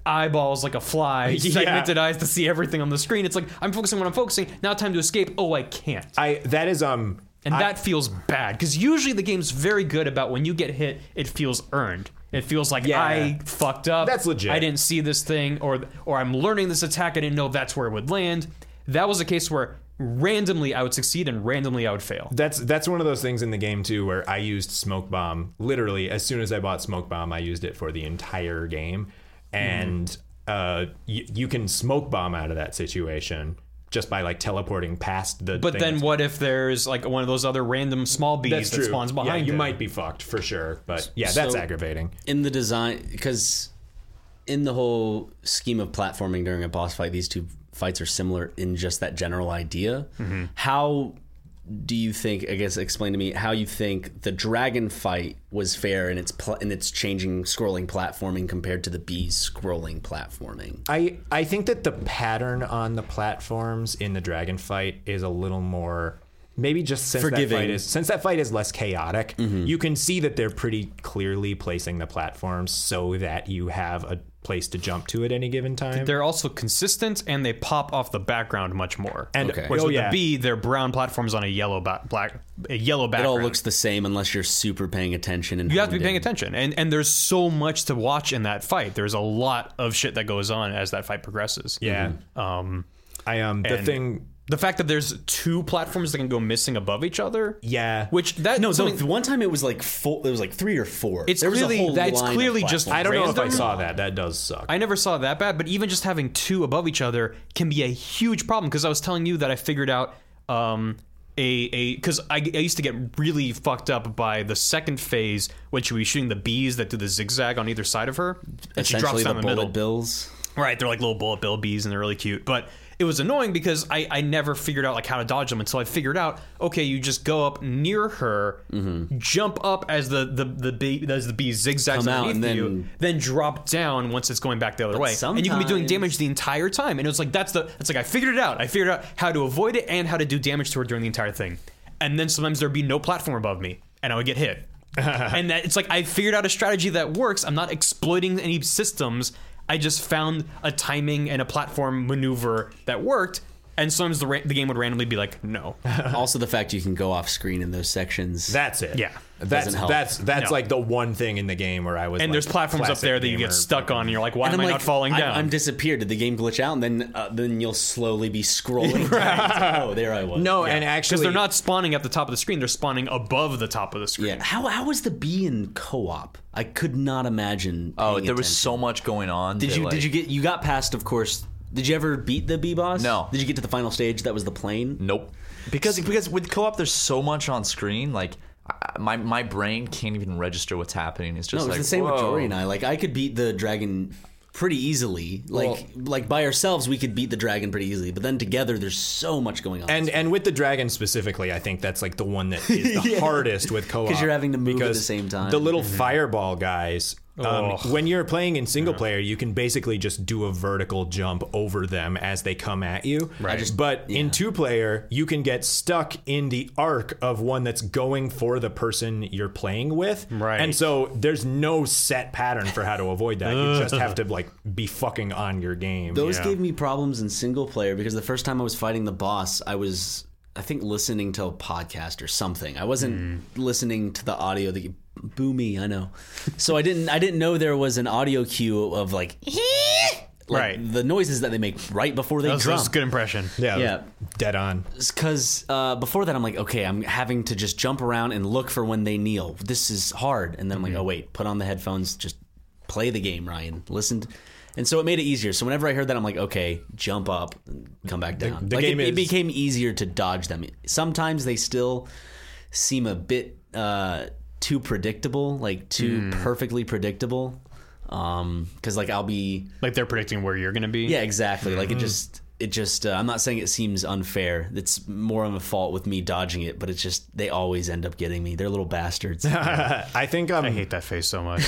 eyeballs like a fly, segmented eyes to see everything on the screen. It's like I'm focusing when I'm focusing. Now time to escape. Oh, I can't. I that is um And I- that feels bad because usually the game's very good about when you get hit, it feels earned. It feels like Yeah. I fucked up. That's legit. I didn't see this thing, or or I'm learning this attack. I didn't know that's where it would land. That was a case where randomly I would succeed and randomly I would fail. That's that's one of those things in the game too where I used smoke bomb literally as soon as I bought smoke bomb I used it for the entire game and uh y- you can smoke bomb out of that situation just by like teleporting past the But thing then that's- what if there's like one of those other random small bees that's that true spawns Yeah, behind you it? might be fucked for sure but yeah that's So- aggravating in the design because in the whole scheme of platforming during a boss fight these two fights are similar in just that general idea Mm-hmm. how do you think i guess explain to me how you think the dragon fight was fair in its pl- in its changing scrolling platforming compared to the bees scrolling platforming I I think that the pattern on the platforms in the dragon fight is a little more maybe just since Forgiving. that fight is since that fight is less chaotic, you can see that they're pretty clearly placing the platforms so that you have a place to jump to at any given time. They're also consistent and they pop off the background much more. and Okay. Whereas oh, with yeah. the bee, they're brown platforms on a yellow ba- black a yellow it background. all looks the same unless you're super paying attention and you have to be honed paying in. attention and and there's so much to watch in that fight there's a lot of shit that goes on as that fight progresses yeah. um I Mm-hmm. um the thing the fact that there's two platforms that can go missing above each other yeah. which that no so something- the one time it was like four it was like three or four It's there was clearly- a whole that- it's line of clearly just- platforms. I don't know if I random? saw that. That does suck. I never saw it that bad, but even just having two above each other can be a huge problem. Because I was telling you that I figured out um, a a because I, I used to get really fucked up by the second phase, which we shooting the bees that do the zigzag on either side of her, and she drops essentially the down the, middle. bullet bills Right, they're like little bullet bill bees and they're really cute. But it was annoying because I, I never figured out like how to dodge them until I figured out, okay, you just go up near her, jump up as the the the bee as the bee zigzags Come out underneath and then- you, then drop down once it's going back the other way. And you can be doing sometimes- damage the entire time. And it was like that's the that's like I figured it out. I figured out how to avoid it and how to do damage to her during the entire thing. And then sometimes there'd be no platform above me and I would get hit. and that it's like I figured out a strategy that works. I'm not exploiting any systems. I just found a timing and a platform maneuver that worked. And sometimes the, ra- the game would randomly be like, no. also the fact you can go off screen in those sections that's it. Yeah. That's Doesn't help. that's that's No. like the one thing in the game where I was And like, there's platforms up classic there that you gamer. get stuck on, and you're like, why am I not falling I- down? I'm disappeared. Did the game glitch out? And then uh, then you'll slowly be scrolling. down. Oh, there I was. No, and actually because they're not spawning at the top of the screen; they're spawning above the top of the screen. Yeah. How how was the bee in co-op? I could not imagine. Oh, paying there was attention. so much going on. Did that, you like- did you get you got past? Of course. Did you ever beat the bee boss? No. Did you get to the final stage? That was the plane. Nope. Because because with co-op, there's so much on screen. Like I- my my brain can't even register what's happening. It's No, just it was like the same whoa. with Jory and I. Like I could beat the dragon pretty easily. Like like by ourselves we could beat the dragon pretty easily, but then together there's so much going on. And and with the dragon specifically, I think that's like the one that is the hardest with co-op 'Cause you're having to move at the because same time. Mm-hmm. The little fireball guys. Um, Ugh. when you're playing in single player, you can basically just do a vertical jump over them as they come at you. Right. but in two player, you can get stuck in the arc of one that's going for the person you're playing with. Right. And so there's no set pattern for how to avoid that. you just have to like be fucking on your game. Those gave me problems in single player because the first time I was fighting the boss, I was I think listening to a podcast or something. I wasn't listening to the audio that you boomy, I know. So I didn't I didn't know there was an audio cue of like, like, Right. the noises that they make right before they That was, that drum. was a good impression. yeah. yeah. Dead on. because uh, before that I'm like, okay, I'm having to just jump around and look for when they kneel. This is hard. And then I'm Mm-hmm. like, oh wait, put on the headphones, just play the game, Ryan. Listen. t- and so it made it easier. So whenever I heard that, I'm like, okay, jump up, and come back down. the like game it, it is- became easier to dodge them. Sometimes they still seem a bit uh, too predictable, like too Mm. perfectly predictable. Because like I'll be Like they're predicting where you're going to be. yeah, exactly. Like Mm-hmm. it just it just uh, I'm not saying it seems unfair. It's more of a fault with me dodging it, but it's just they always end up getting me. They're little bastards. I think um, I hate that face so much.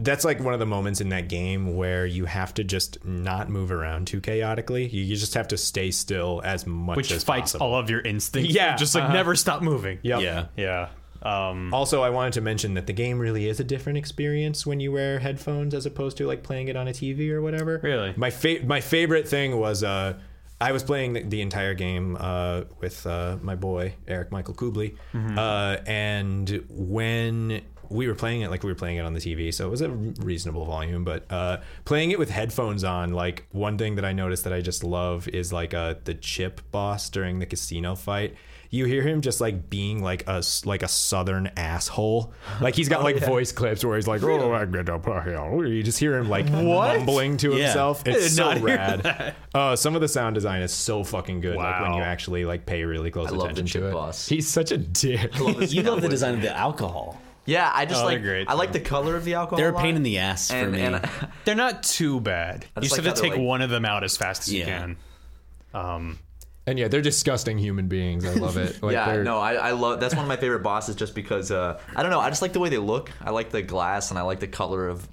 that's like one of the moments in that game where you have to just not move around too chaotically. You, you just have to stay still as much Which as fights possible. all of your instincts. Yeah, Just like never stop moving. Yep. yeah. Yeah. Um, Also, I wanted to mention that the game really is a different experience when you wear headphones as opposed to like playing it on a TV or whatever. Really? My fa- my favorite thing was uh, I was playing the, the entire game uh, with uh, my boy Eric Michael Kubley, uh, and when we were playing it like we were playing it on the TV, so it was a reasonable volume. But uh, playing it with headphones on, like one thing that I noticed that I just love is like uh, the chip boss during the casino fight. You hear him just like being like a s- like a southern asshole. Like he's got like voice clips where he's like, "Oh, I get up here." You just hear him like mumbling to Yeah. himself. It's did so not hear rad. Uh, some of the sound design is so fucking good. Like when Wow. you actually like pay really close love the attention chip to it. boss. He's such a dick. You love the design of the alcohol. Yeah, I just Oh, they're like great. I like the color of the alcohol. They're a lot. pain in the ass for and, me. and- uh, they're not too bad. You just just like have to how they're, take like- one of them out as fast as you Yeah. can. Um, And yeah, they're disgusting human beings. I love it. Like, yeah, they're- no, I, I love that's one of my favorite bosses just because uh, I don't know. I just like the way they look. I like the glass and I like the color of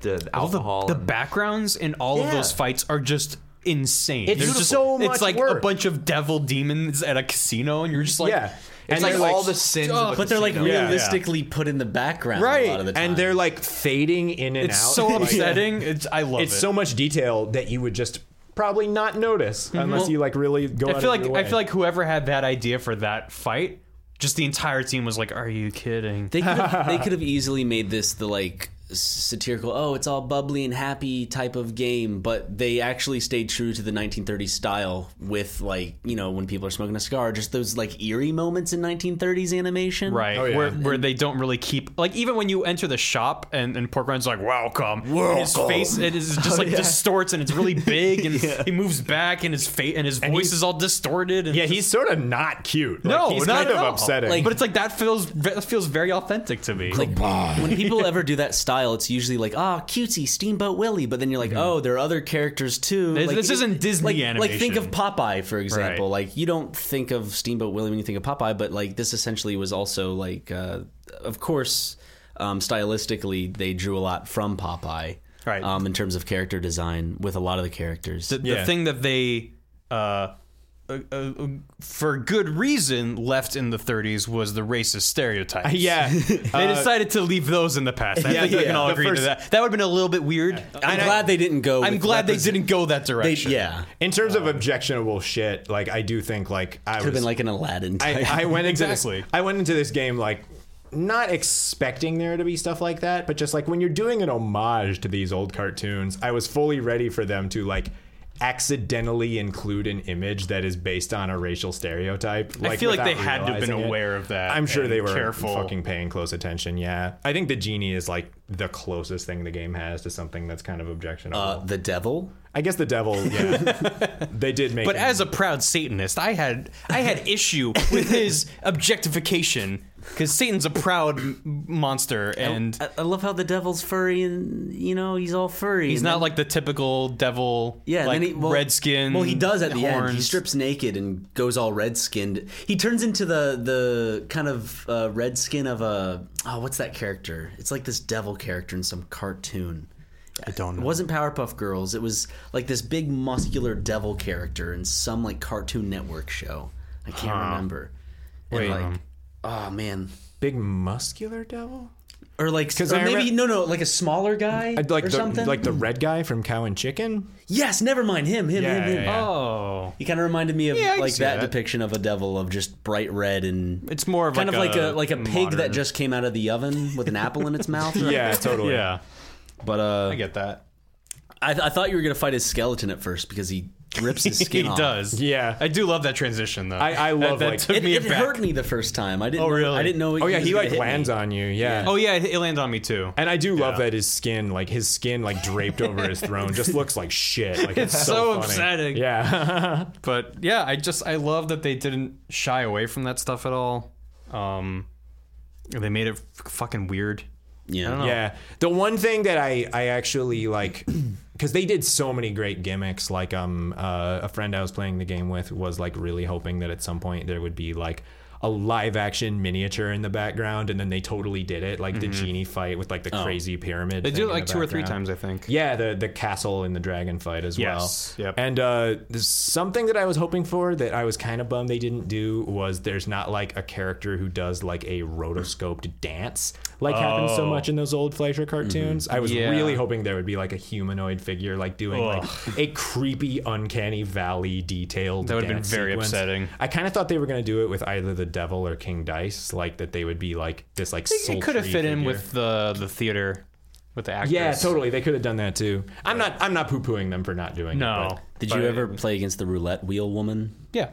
the alcohol. the and- backgrounds in all of Yeah. those fights are just insane. It's They're just, so much It's like a work. bunch of devil demons at a casino, and you're just like, yeah. it's like, they're, all the sins. of a but they're like casino. Yeah. realistically put in the background a lot of the right, time. and they're like fading in and it's out. so Like, upsetting. It's I love It's it. so much detail that you would just probably not notice unless you like really go. Mhm. I feel like I feel like whoever had that idea for that fight, just the entire team was like, "Are you kidding?" They could have, they could have easily made this the like satirical oh it's all bubbly and happy type of game but they actually stayed true to the 1930s style with like you know when people are smoking a cigar just those like eerie moments in 1930s animation Right, Oh, yeah. where, where they don't really keep like even when you enter the shop and, and Pork Ryan's like welcome, his face it is just like distorts and it's really big and he moves back and his face and his voice he's- is all distorted and yeah, he's sort of not cute. Like, no, he's not kind at of all. upsetting. but it's like that feels that feels very authentic to me. like when people ever do that style it's usually like ah cutesy steamboat willie but then you're like oh there are other characters too Mm-hmm. This- like, this isn't Disney like, like think of animation. popeye for example Right. like you don't think of steamboat willie when you think of popeye but like this essentially was also like uh, of course um, stylistically they drew a lot from popeye Right. um, in terms of character design with a lot of the characters the, the Yeah. thing that they uh, uh, uh, for good reason left in the 30s was the racist stereotypes. yeah, Uh, They decided to leave those in the past. I Yeah, think we yeah. can all The agree to first- that. That would have been a little bit weird. i'm And I- glad they didn't go I'm with glad they represent- didn't go that they, direction. yeah in terms Uh. of objectionable shit, like I do think like I could have was been like an aladdin type. I, I went into this- Exactly. I went into this game like not expecting there to be stuff like that, but just like when you're doing an homage to these old cartoons, I was fully ready for them to like accidentally include an image that is based on a racial stereotype. I feel like they without had to have been realizing it. aware of that. I'm sure and they were careful. fucking paying close attention. Yeah, I think the genie is like the closest thing the game has to something that's kind of objectionable. uh, the devil I guess the devil. Yeah, they did make. But him- as a proud Satanist, I had I had issue with his objectification because Satan's a proud m- monster, and I, I love how the devil's furry, and you know he's all furry. he's and not then- like the typical devil. Mm-hmm. yeah. like and then he, well, red skin. Well, he does at the horns. end. He strips naked and goes all red skinned. He turns into the the kind of uh, red skin of a oh, what's that character? It's like this devil character in some cartoon. I don't It know. wasn't Powerpuff Girls. It was like this big muscular devil character in some like Cartoon Network show. I can't remember. And, Wait. like, Um. oh man. Big muscular devil? Or like, 'Cause or I maybe remem- no, no, like a smaller guy I'd Uh, like or the something. like the red guy from Cow and Chicken. yes, never mind him, him, him, him. Oh, He kind of reminded me of Yeah, I can like see that, that. depiction of a devil of just bright red and it's more of kind of like like a like a pig that modern- just came out of the oven with an apple in its mouth. Yeah, totally. yeah. But uh, I get that. I, I thought you were gonna fight his skeleton at first because he rips his skin. He off. does. Yeah. I do love that transition though. I- I love, that, that like- took It, me it aback. hurt me the first time. I didn't. Oh, know- really? I didn't know. Oh yeah, was he gonna like hit me. lands on you. Yeah. Oh yeah, it, it landed on me too. And I do love that his skin, like his skin, like draped over his throne, just looks like shit. Like it's, It's so so, funny. upsetting. Yeah. But yeah, I just I love that they didn't shy away from that stuff at all. Um, they made it f- fucking weird. Yeah. Yeah. The one thing that I I actually like because they did so many great gimmicks. Like um uh, a friend I was playing the game with was like really hoping that at some point there would be like a live action miniature in the background, and then they totally did it. Like the genie fight with like the crazy pyramid. Mm-hmm. Oh. They thing do in it like the two or three background. times, I think. Yeah, the the castle and the dragon fight as Yes, well. yep. And uh, there's something that I was hoping for that I was kind of bummed they didn't do was there's not like a character who does like a rotoscoped dance like happens so much in Oh. those old Fleischer cartoons. Mm-hmm. I was Yeah. really hoping there would be like a humanoid figure like doing like a creepy, uncanny valley detailed. That would have been dance very sequence. upsetting. I kind of thought they were going to do it with either the devil or King Dice, like that they would be like this like. It could have sultry fit in figure. with the the theater, with the actors. Yeah, totally. They could have done that too. I'm not. I'm not poo pooing them for not doing it. No. but- Did you ever play against the roulette wheel woman? Yeah.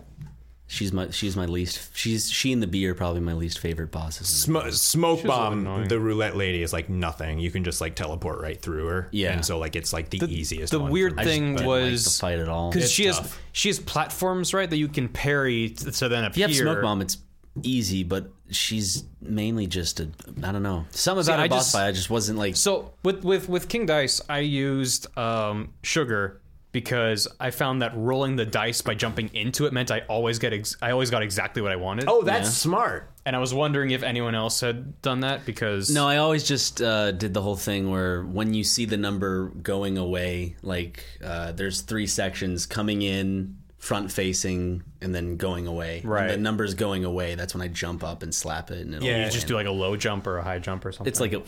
She's my she's my least she's she and the bee are probably my least favorite bosses. Sm- smoke a little bomb. annoying. The roulette lady is like nothing. You can just like teleport right through her. Yeah. and so like it's like the, easiest. The one weird for me. thing Didn't like the was fight at all. because she has tough. she has platforms right that you can parry. t- So then If you appear. have smoke bomb, it's easy, but she's mainly just a I don't know. Some about See, her I boss just- fight I just wasn't like So with with with King Dice, I used um, sugar because I found that rolling the dice by jumping into it meant I always get ex- I always got exactly what I wanted. Oh, that's smart. and I was wondering if anyone else had done that because No, I always just uh, did the whole thing where when you see the number going away, like uh, there's three sections coming in, front facing, and then going away. Right. When the number's going away, that's when I jump up and slap it. And it'll Yeah, you just do like a low jump or a high jump or something. It's like a.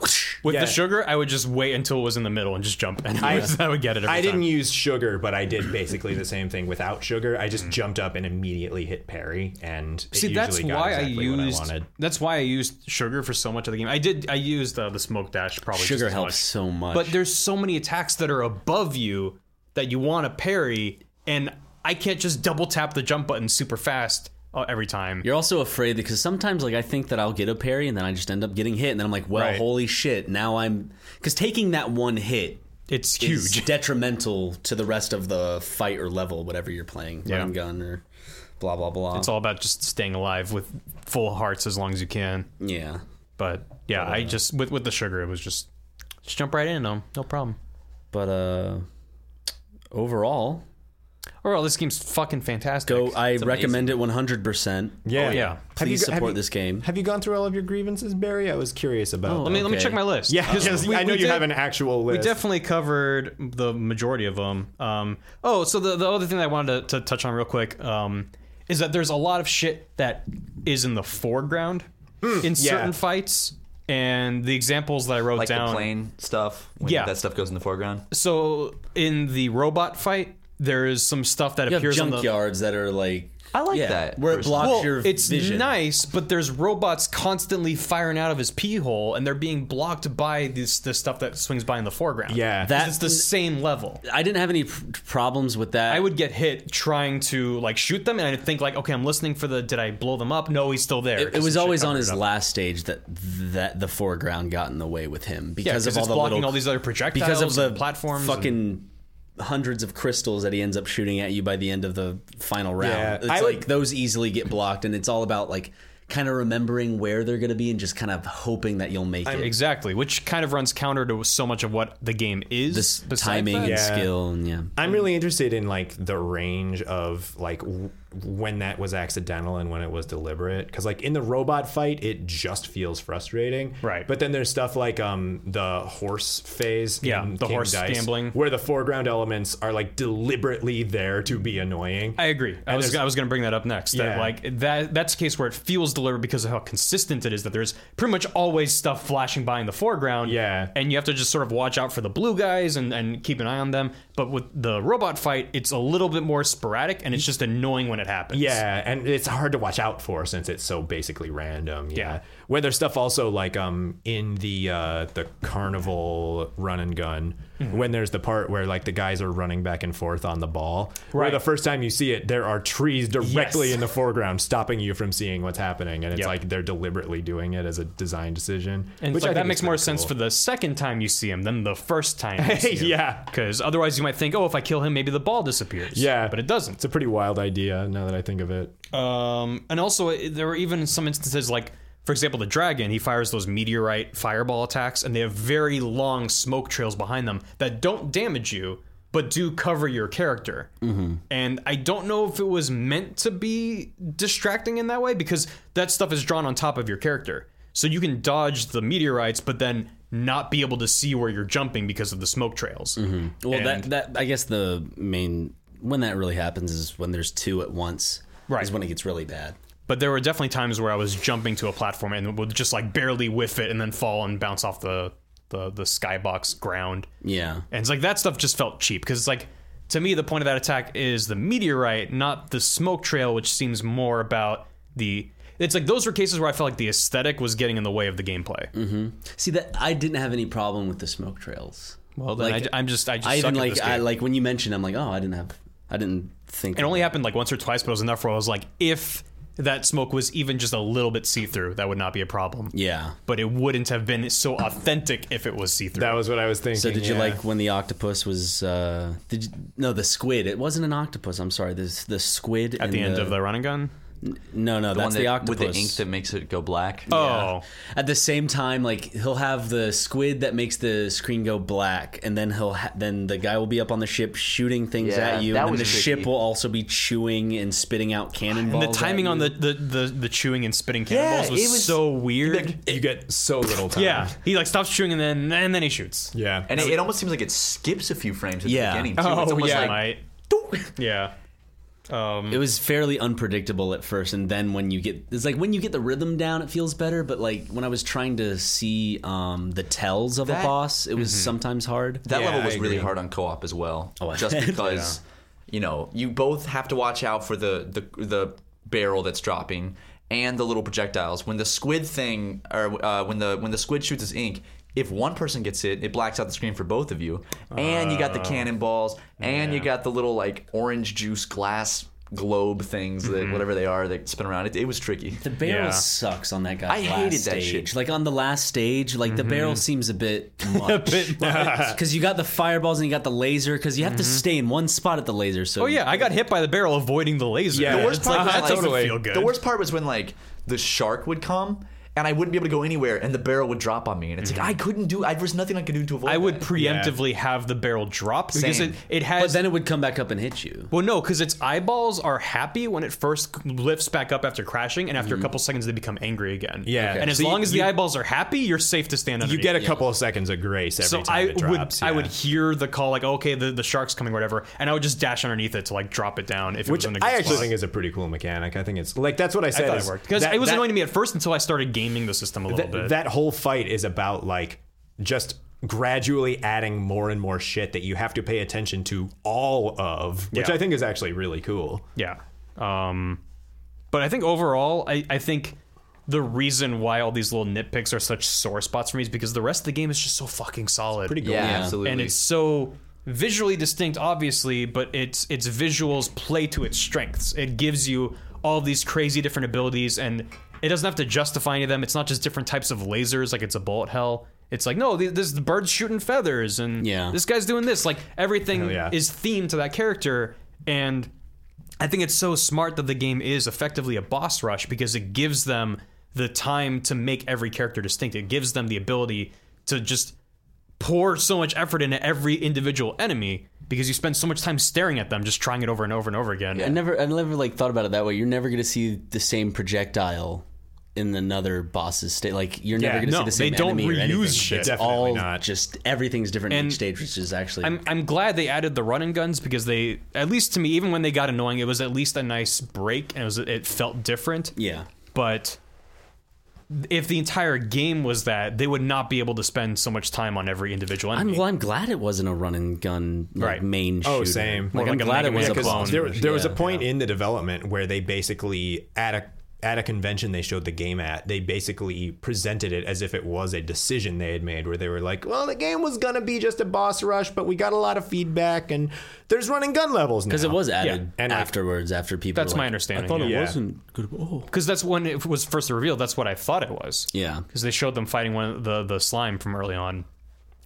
Whoosh. with Yeah. the sugar, I would just wait until it was in the middle and just jump, and I, would get it. Every I time. didn't use sugar, but I did basically the same thing without sugar. I just jumped up and immediately hit parry, and it See, that's usually got why exactly I what used. Oh, wanted. that's why I used sugar for so much of the game. I did. I used uh, the smoke dash probably. Sugar just as helps much. so much. but there's so many attacks that are above you that you want to parry, and I can't just double tap the jump button super fast uh, every time. You're also afraid because sometimes, like, I think that I'll get a parry and then I just end up getting hit, and then I'm like, well, Right. holy shit, now I'm. Because taking that one hit It's is huge. detrimental to the rest of the fight or level, whatever you're playing, Yeah. run and gun or blah, blah, blah. It's all about just staying alive with full hearts as long as you can. yeah. But yeah, I just with with the sugar, it was just just jump right in them, no problem. But uh overall, Overall, this game's fucking fantastic. go uh, I recommend it 100%. Yeah, yeah. Have you Please go- have support you- this game. Oh, Have you gone through all of your grievances, Barry? I was curious about. Let me let me Okay. check my list. yeah, 'Cause because we- I know we you did- have an actual list. We definitely covered the majority of them. Um, oh, so the, the other thing that I wanted to, to touch on real quick um, is that there's a lot of shit that is in the foreground Hmm. in certain fights, and the examples that I wrote Like down. the plane stuff. When Yeah. That stuff goes in the foreground. So in the robot fight, there is some stuff that You have appears on the. junkyards that are like I like yeah, that. where it blocks Well, your it's vision. nice, but there's robots constantly firing out of his pee hole, and they're being blocked by this the stuff that swings by in the foreground. Yeah. 'Cause That- it's the same level. I didn't have any pr- problems with that. I would get hit trying to like shoot them, and I'd think like, okay, I'm listening for the. Did I blow them up? No, he's still there. it, it was always on his last stage that that the foreground got in the way with him yeah, because because of all it's the blocking little all these other projectiles because of the and platforms. and- fucking hundreds of crystals that he ends up shooting at you by the end of the final round. Yeah, it's I like would- those easily get blocked, and it's all about like kind of remembering where they're going to be and just kind of hoping that you'll make it. Exactly, which kind of runs counter to so much of what the game is. This besides timing that. and Yeah. skill and yeah. I'm really interested in like the range of like w- when that was accidental and when it was deliberate. Because like in the robot fight, it just feels frustrating. Right. But then there's stuff like um the horse phase. Yeah, in the King horse Dice, gambling. where the foreground elements are like deliberately there to be annoying. I agree. I was there's- I was going to bring that up next. That Yeah. like that that's a case where it feels deliberate because of how consistent it is. That there's pretty much always stuff flashing by in the foreground. Yeah. and you have to just sort of watch out for the blue guys and and keep an eye on them. But with the robot fight, it's a little bit more sporadic and it's just annoying when it happens. Yeah, and it's hard to watch out for since it's so basically random. Yeah. Yeah. Where there's stuff also like um in the uh the carnival run and gun Mm-hmm. when there's the part where like the guys are running back and forth on the ball. Where Right. the first time you see it, there are trees directly Yes. in the foreground stopping you from seeing what's happening. And it's Yep. like they're deliberately doing it as a design decision. And which it's I like, that think is makes more pretty sense cool. for the second time you see him than the first time. You see him. Yeah. because otherwise you might think, oh, if I kill him, maybe the ball disappears. Yeah. but it doesn't. It's a pretty wild idea now that I think of it. Um, and also, i- there were even some instances like, for example, the dragon. He fires those meteorite fireball attacks, and they have very long smoke trails behind them that don't damage you, but do cover your character. Mm-hmm. And I don't know if it was meant to be distracting in that way because that stuff is drawn on top of your character, so you can dodge the meteorites, but then not be able to see where you're jumping because of the smoke trails. Well, that that I guess the main when that really happens is when there's two at once. Right. Is when it gets really bad. But there were definitely times where I was jumping to a platform and would just like barely whiff it and then fall and bounce off the the, the skybox ground. Yeah. And it's like that stuff just felt cheap because it's like to me the point of that attack is the meteorite, not the smoke trail, which seems more about the. It's like those were cases where I felt like the aesthetic was getting in the way of the gameplay. Mm-hmm. See that I didn't have any problem with the smoke trails. Well, then Like, I, am just I just I suck even at like this I game. like when you mentioned, I'm like, oh, I didn't have, I didn't think It only happened like once or twice, but it was enough where I was like, if that smoke was even just a little bit see through, that would not be a problem. Yeah. but it wouldn't have been so authentic if it was see through. That was what I was thinking. So did you yeah. like when the octopus was? uh Did you, no the squid? It wasn't an octopus. I'm sorry. This the squid at the end of the running gun. No, no, that's one the that- octopus with the ink that makes it go black. Oh, At the same time, like he'll have the squid that makes the screen go black, and then he'll ha- then the guy will be up on the ship shooting things Yeah, at you, that and then was the tricky. ship will also be chewing and spitting out cannonballs. the timing on the, the, the, the chewing and spitting cannonballs was, it was- so weird. you get so little time. Yeah, he like stops chewing and then and then he shoots. Yeah. And it, it almost seems like it skips a few frames at Yeah. the beginning. Too. Oh, it's Oh, almost like Right. yeah. it was fairly unpredictable at first, and then when you get it's like when you get the rhythm down, it feels better. But like when I was trying to see um, the tells of a That- boss, it was sometimes hard. That Yeah, level I was really agree. hard on co-op as well. Oh, I just bet. because you know you both have to watch out for the the the barrel that's dropping and the little projectiles. When the squid thing or uh, when the when the squid shoots its ink. If one person gets it, it blacks out the screen for both of you. And you got the cannonballs, and you got the little like orange juice glass globe things that whatever they are that spin around. It, it was tricky. Mm-hmm. The barrel Yeah. sucks on that guy. I hated last that stage. shit. Like on the last stage, like the barrel seems a bit much. Because you got the fireballs and you got the laser. Because you have to stay in one spot at the laser. So Oh yeah, I got hit by the barrel avoiding the laser. Yeah. The worst It's part like, was, that like, doesn't totally. feel good. The worst part was when like the shark would come and I wouldn't be able to go anywhere and the barrel would drop on me and it's Mm-hmm. like I couldn't do I, there was nothing I could do to avoid I would that. preemptively have the barrel drop because Same. it, it But has then it would come back up and hit you. Well, no, because its eyeballs are happy when it first lifts back up after crashing, and after a couple seconds, they become angry again. Mm. Yeah. and as So you- long as you- the eyeballs are happy, you're safe to stand you underneath. get a couple of seconds of grace every so time I it drops. would I yeah. would hear the call like okay the, the shark's coming or whatever and I would just dash underneath it to like drop it down if which it was in a good I actually spot. think is a pretty cool mechanic. I think it's like that's what I said. I thought is it worked because that- it was that- annoying to me at first until I started gaming the system a little that- bit. That whole fight is about like just gradually adding more and more shit that you have to pay attention to all of, which Yeah. I think is actually really cool. Yeah. Um, but I think overall, I, I think the reason why all these little nitpicks are such sore spots for me is because the rest of the game is just so fucking solid. Pretty Yeah, Yeah. absolutely. And it's so visually distinct, obviously, but its its visuals play to its strengths. It gives you all these crazy different abilities, and it doesn't have to justify any of them. It's not just different types of lasers, like it's a bullet hell. It's like no, th- this is the bird shooting feathers, and Yeah. this guy's doing this. Like everything yeah. is themed to that character, and I think it's so smart that the game is effectively a boss rush because it gives them the time to make every character distinct. It gives them the ability to just pour so much effort into every individual enemy because you spend so much time staring at them, just trying it over and over and over again. I never, I never like thought about it that way. You're never going to see the same projectile in another boss's state. Like you're never Yeah, going to no, see the same. they don't enemy or reuse anything. shit. It's Definitely all not. just everything's different in And each stage, which is actually I'm I'm glad they added the run and guns because they at least to me even when they got annoying it was at least a nice break and it was it felt different. yeah. But if the entire game was that, they would not be able to spend so much time on every individual I'm enemy. well. I'm glad it wasn't a run and gun like, Right. main. Shooter. Oh, same. Like, More I'm like a glad it Mega was Man a clone. clone. there, there was a Yeah. point in the development where they basically at a at a convention they showed the game at they basically presented it as if it was a decision they had made where they were like well the game was gonna be just a boss rush but we got a lot of feedback and there's running gun levels now because it was added And, like, afterwards after people. That's were my like, understanding. Yeah. wasn't good. Oh, Because that's when it was first revealed. That's what I thought it was. Yeah. Because they showed them fighting one of the the slime from early on,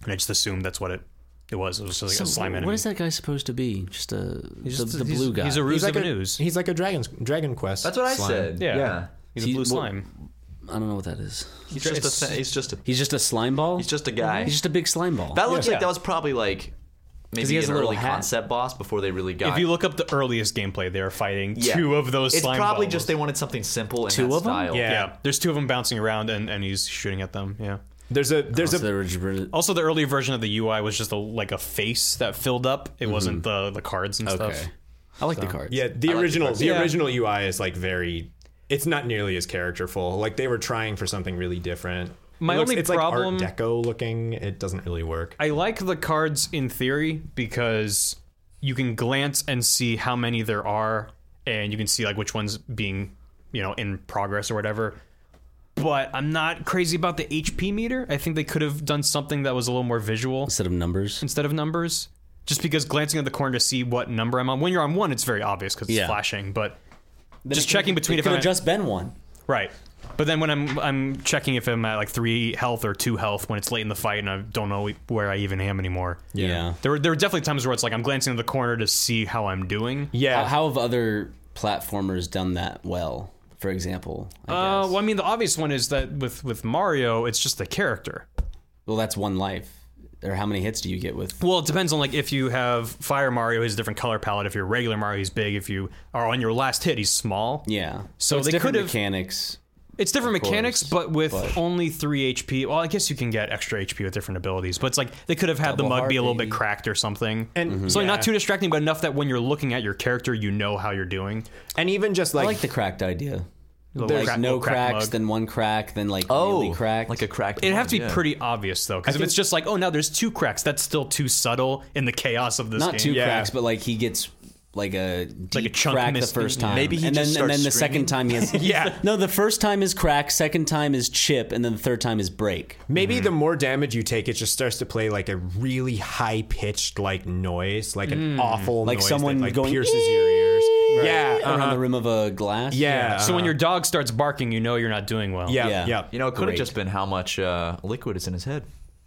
and I just assumed that's what it it was. It was just like a slime enemy. What is that guy supposed to be? Just a Just- the, the he's- blue guy. He's a ruse he's like of a, news. he's like a dragon dragon quest That's what I slime. said. Yeah. yeah. He's a He's- blue well- slime. I don't know what that is. He's just a. He's just a. He's just a slime ball. He's just a guy. He's just a big slime ball. That looks Yeah. like that was probably like maybe he has a an little early hat. concept boss before they really got. If you look up the earliest gameplay, they are fighting Yeah. two of those. it's slime probably balls. just they wanted something simple and Two that of 'em? style. Yeah. Yeah, there's two of them bouncing around, and, and he's shooting at them. Yeah. there's a there's So a they were just- Also, the early version of the UI was just a, like a face that filled up. It wasn't the the cards and stuff. Okay. I like the cards. Yeah, the original the Yeah. original UI is like very it's not nearly as characterful. Like they were trying for something really different. My It looks- only it's problem- like Art Deco looking. It doesn't really work. I like the cards in theory because you can glance and see how many there are, and you can see like which ones being you know in progress or whatever. But I'm not crazy about the HP meter. I think they could have done something that was a little more visual. Instead of numbers. instead of numbers. Just because glancing at the corner to see what number I'm on. When you're on one, it's very obvious because it's Yeah. flashing. But just checking between It if could I'm have at- just been one. right. But then when I'm I'm checking if I'm at like three health or two health when it's late in the fight and I don't know where I even am anymore. Yeah. There were there were definitely times where it's like I'm glancing at the corner to see how I'm doing. How, yeah. how have other platformers done that well? For example, I Uh, guess. well, I mean, the obvious one is that with with Mario, it's just the character. well, that's one life. Or how many hits do you get with? Well, it depends on like if you have Fire Mario, he's a different color palette. If you're regular Mario, he's big. If you are on your last hit, he's small. Yeah. So it's they different could have- mechanics. It's different course, mechanics, but with but- only three HP. Well, I guess you can get extra HP with different abilities, but it's like they could have had the Double Mm-hmm. mug be a heart, little bit maybe. cracked or something. And- Mhm. so like, Yeah. not too distracting, but enough that when you're looking at your character, you know how you're doing. and even just I like, like the cracked idea. There's Like no cracks, Then then one crack, then like Oh, really cracked. like a cracked. It'd have to be yeah. pretty obvious though, because if it's just like, oh, now there's two cracks, that's still too subtle in the chaos of this not two game. Yeah. cracks, but like he gets like a deep a chunk crack missed- the first time. Maybe he and just then, and then the starts second time he has Yeah. No, the first time is crack, second time is chip, and then the third time is break. maybe the Mm-hmm. more damage you take, it just starts to play like a really high pitched like noise, like an awful Mm. Like noise someone that, like going, pierces your ears. Yeah, Around uh-huh. the rim of a glass. yeah. So when uh-huh. your dog starts barking, you know you're not doing well. yeah, Yeah. yeah, You know, it could have Great. just been how much uh, liquid is in his head.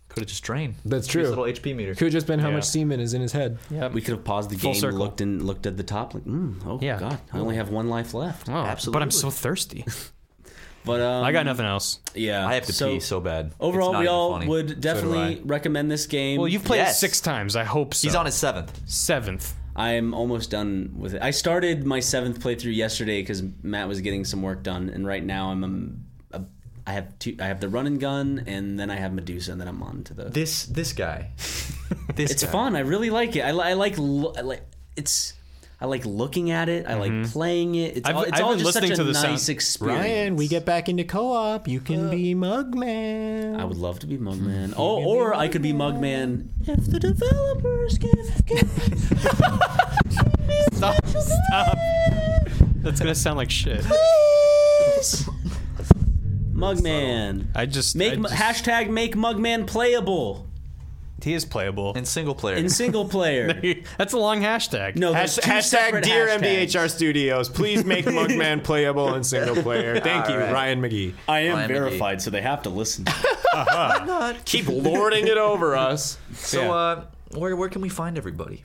Could have just drained. That's His true. little HP meter. Could have just been how Yeah. much semen is in his head. We could have paused the Full game, circle. looked and looked at the top, like, mm, oh Yeah. god, I only have one life left. Oh, But I'm Absolutely. so thirsty. But um, I got nothing else. Yeah, I have to so, pee so bad. It's Overall, not we even all funny. would definitely recommend this game. Well, you've played Yes. it six times. I hope so. He's on his seventh. seventh. I'm almost done with it. I started my seventh playthrough yesterday because Matt was getting some work done, and right now I'm um, a, I have two. I have the run and gun, and then I have Medusa, and then I'm on to the. This this guy. this it's guy. fun. I really like it. I, li- I like lo- I like it's. I like looking at it. I like playing it. It's Mm-hmm. I've- all, it's I've all been just such listening a to the sound- nice experience. Ryan, we get back into co-op. You can Uh, be Mugman. I would love to be Mugman. Oh, or I could be Mugman if the developers give. give Stop. Stop. That's gonna sound like shit. Mugman. I just Make I mu- just- hashtag make Mugman playable He is playable. in single player. in single player. That's a long hashtag. No, Hash- there's two hashtag separate Dear hashtags. MBHR Studios, please make Mugman playable in single player. Thank you, Alright. Ryan McGee. I am Ryan McGee. verified, so they have to listen. Keep lording it over us. so uh, where where can we find everybody?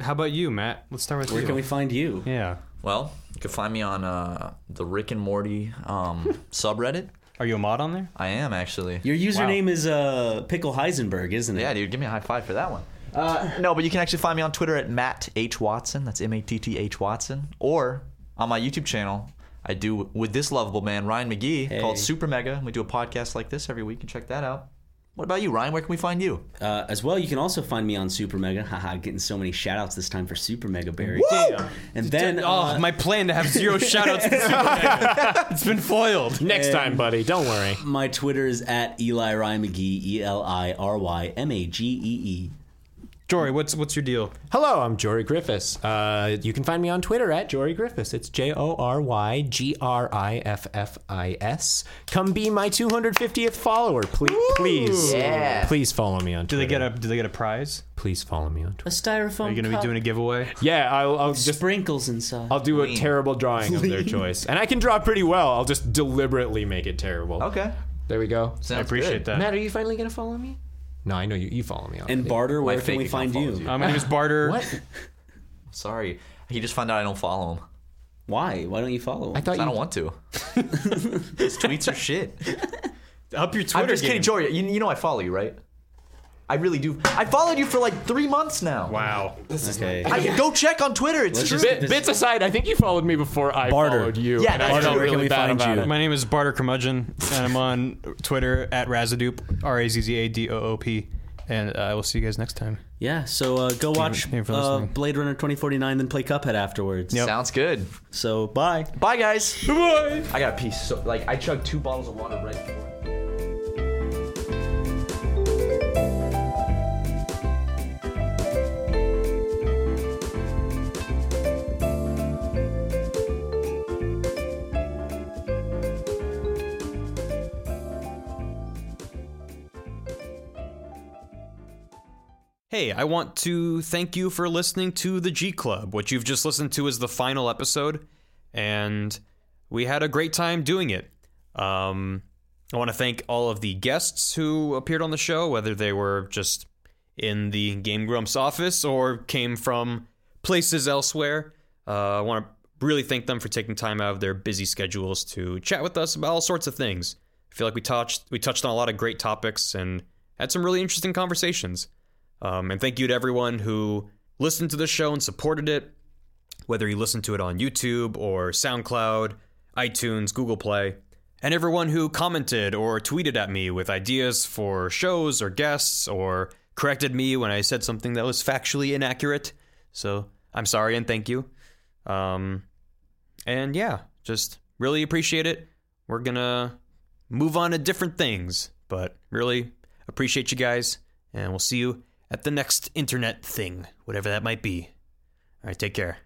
How about you, Matt? Let's start with Where you. can we find you? yeah. Well, you can find me on uh, the Rick and Morty um, subreddit. Are you a mod on there? I am actually. Your username is uh, Pickle Heisenberg, isn't it? Yeah, dude, give me a high five for that one. Uh, no, but you can actually find me on Twitter at Matt H Watson. That's M A T T H Watson. Or on my YouTube channel, I do with this lovable man Ryan McGee called Super Mega. We do a podcast like this every week. and check that out. What about you, Ryan? Where can we find you? Uh, as well, you can also find me on Super Mega. Haha, getting so many shout outs this time for Super Mega Barry. And then oh, uh, my plan to have zero shoutouts. this weekend. it's been foiled. Next time, buddy. Don't worry. my Twitter is at Eli Ryan McGee, E L I R Y M A G E E. Jory, what's what's your deal? Hello, I'm Jory Griffiths. Uh, you can find me on Twitter at Jory Griffiths. It's J O R Y G R I F F I S. Come be my 250th follower, please. please, Yeah. please follow me on. Do Twitter. Uh, they get a do they get a prize? Please follow me on Twitter. A styrofoam. Are you going to be doing a giveaway? Yeah, I'll, I'll just sprinkles inside? I'll do a terrible drawing of their choice, and I can draw pretty well. I'll just deliberately make it terrible. Uh, Okay. There we go. Sounds I appreciate good. that. Matt, are you finally gonna follow me? No, I know you. You follow me. and already. Barter, where My can fake we account find follows you? you. Uh, my name is Barter. what? Sorry. He just found out I don't follow him. Why? Why don't you follow I him? thought I you. don't want to. His tweets are shit. Up your Twitter I'm just kidding, game. Jory. You, you know I follow you, right? I really do. I followed you for like three months now. Wow. Okay. I, go check on Twitter. It's Let's true. just- Bit, bits aside, I think you followed me before I Barter. followed you. Yeah, and I that's felt true. Where can really we bad find about you? it. My name is Barter Curmudgeon, and I'm on Twitter at Razadoop, R A Z Z A D O O P. And uh, I will see you guys next time. yeah. So uh, go watch thank you for uh, listening. Blade Runner 2049, then play Cuphead afterwards. Sounds good. So bye. Bye, guys. Bye. I got a piece. So, like, I chugged two bottles of water right before. Hey, I want to thank you for listening to the G Club. What you've just listened to is the final episode, and we had a great time doing it. Um, I want to thank all of the guests who appeared on the show, whether they were just in the Game Grumps office or came from places elsewhere. Uh, I want to really thank them for taking time out of their busy schedules to chat with us about all sorts of things. I feel like we touched we touched on a lot of great topics and had some really interesting conversations. Um, and thank you to everyone who listened to the show and supported it, whether you listened to it on YouTube or SoundCloud, iTunes, Google Play, and everyone who commented or tweeted at me with ideas for shows or guests or corrected me when I said something that was factually inaccurate. So I'm sorry and thank you. Um, and yeah, just really appreciate it. We're going to move on to different things, but really appreciate you guys, and we'll see you at the next internet thing, whatever that might be. All right, take care.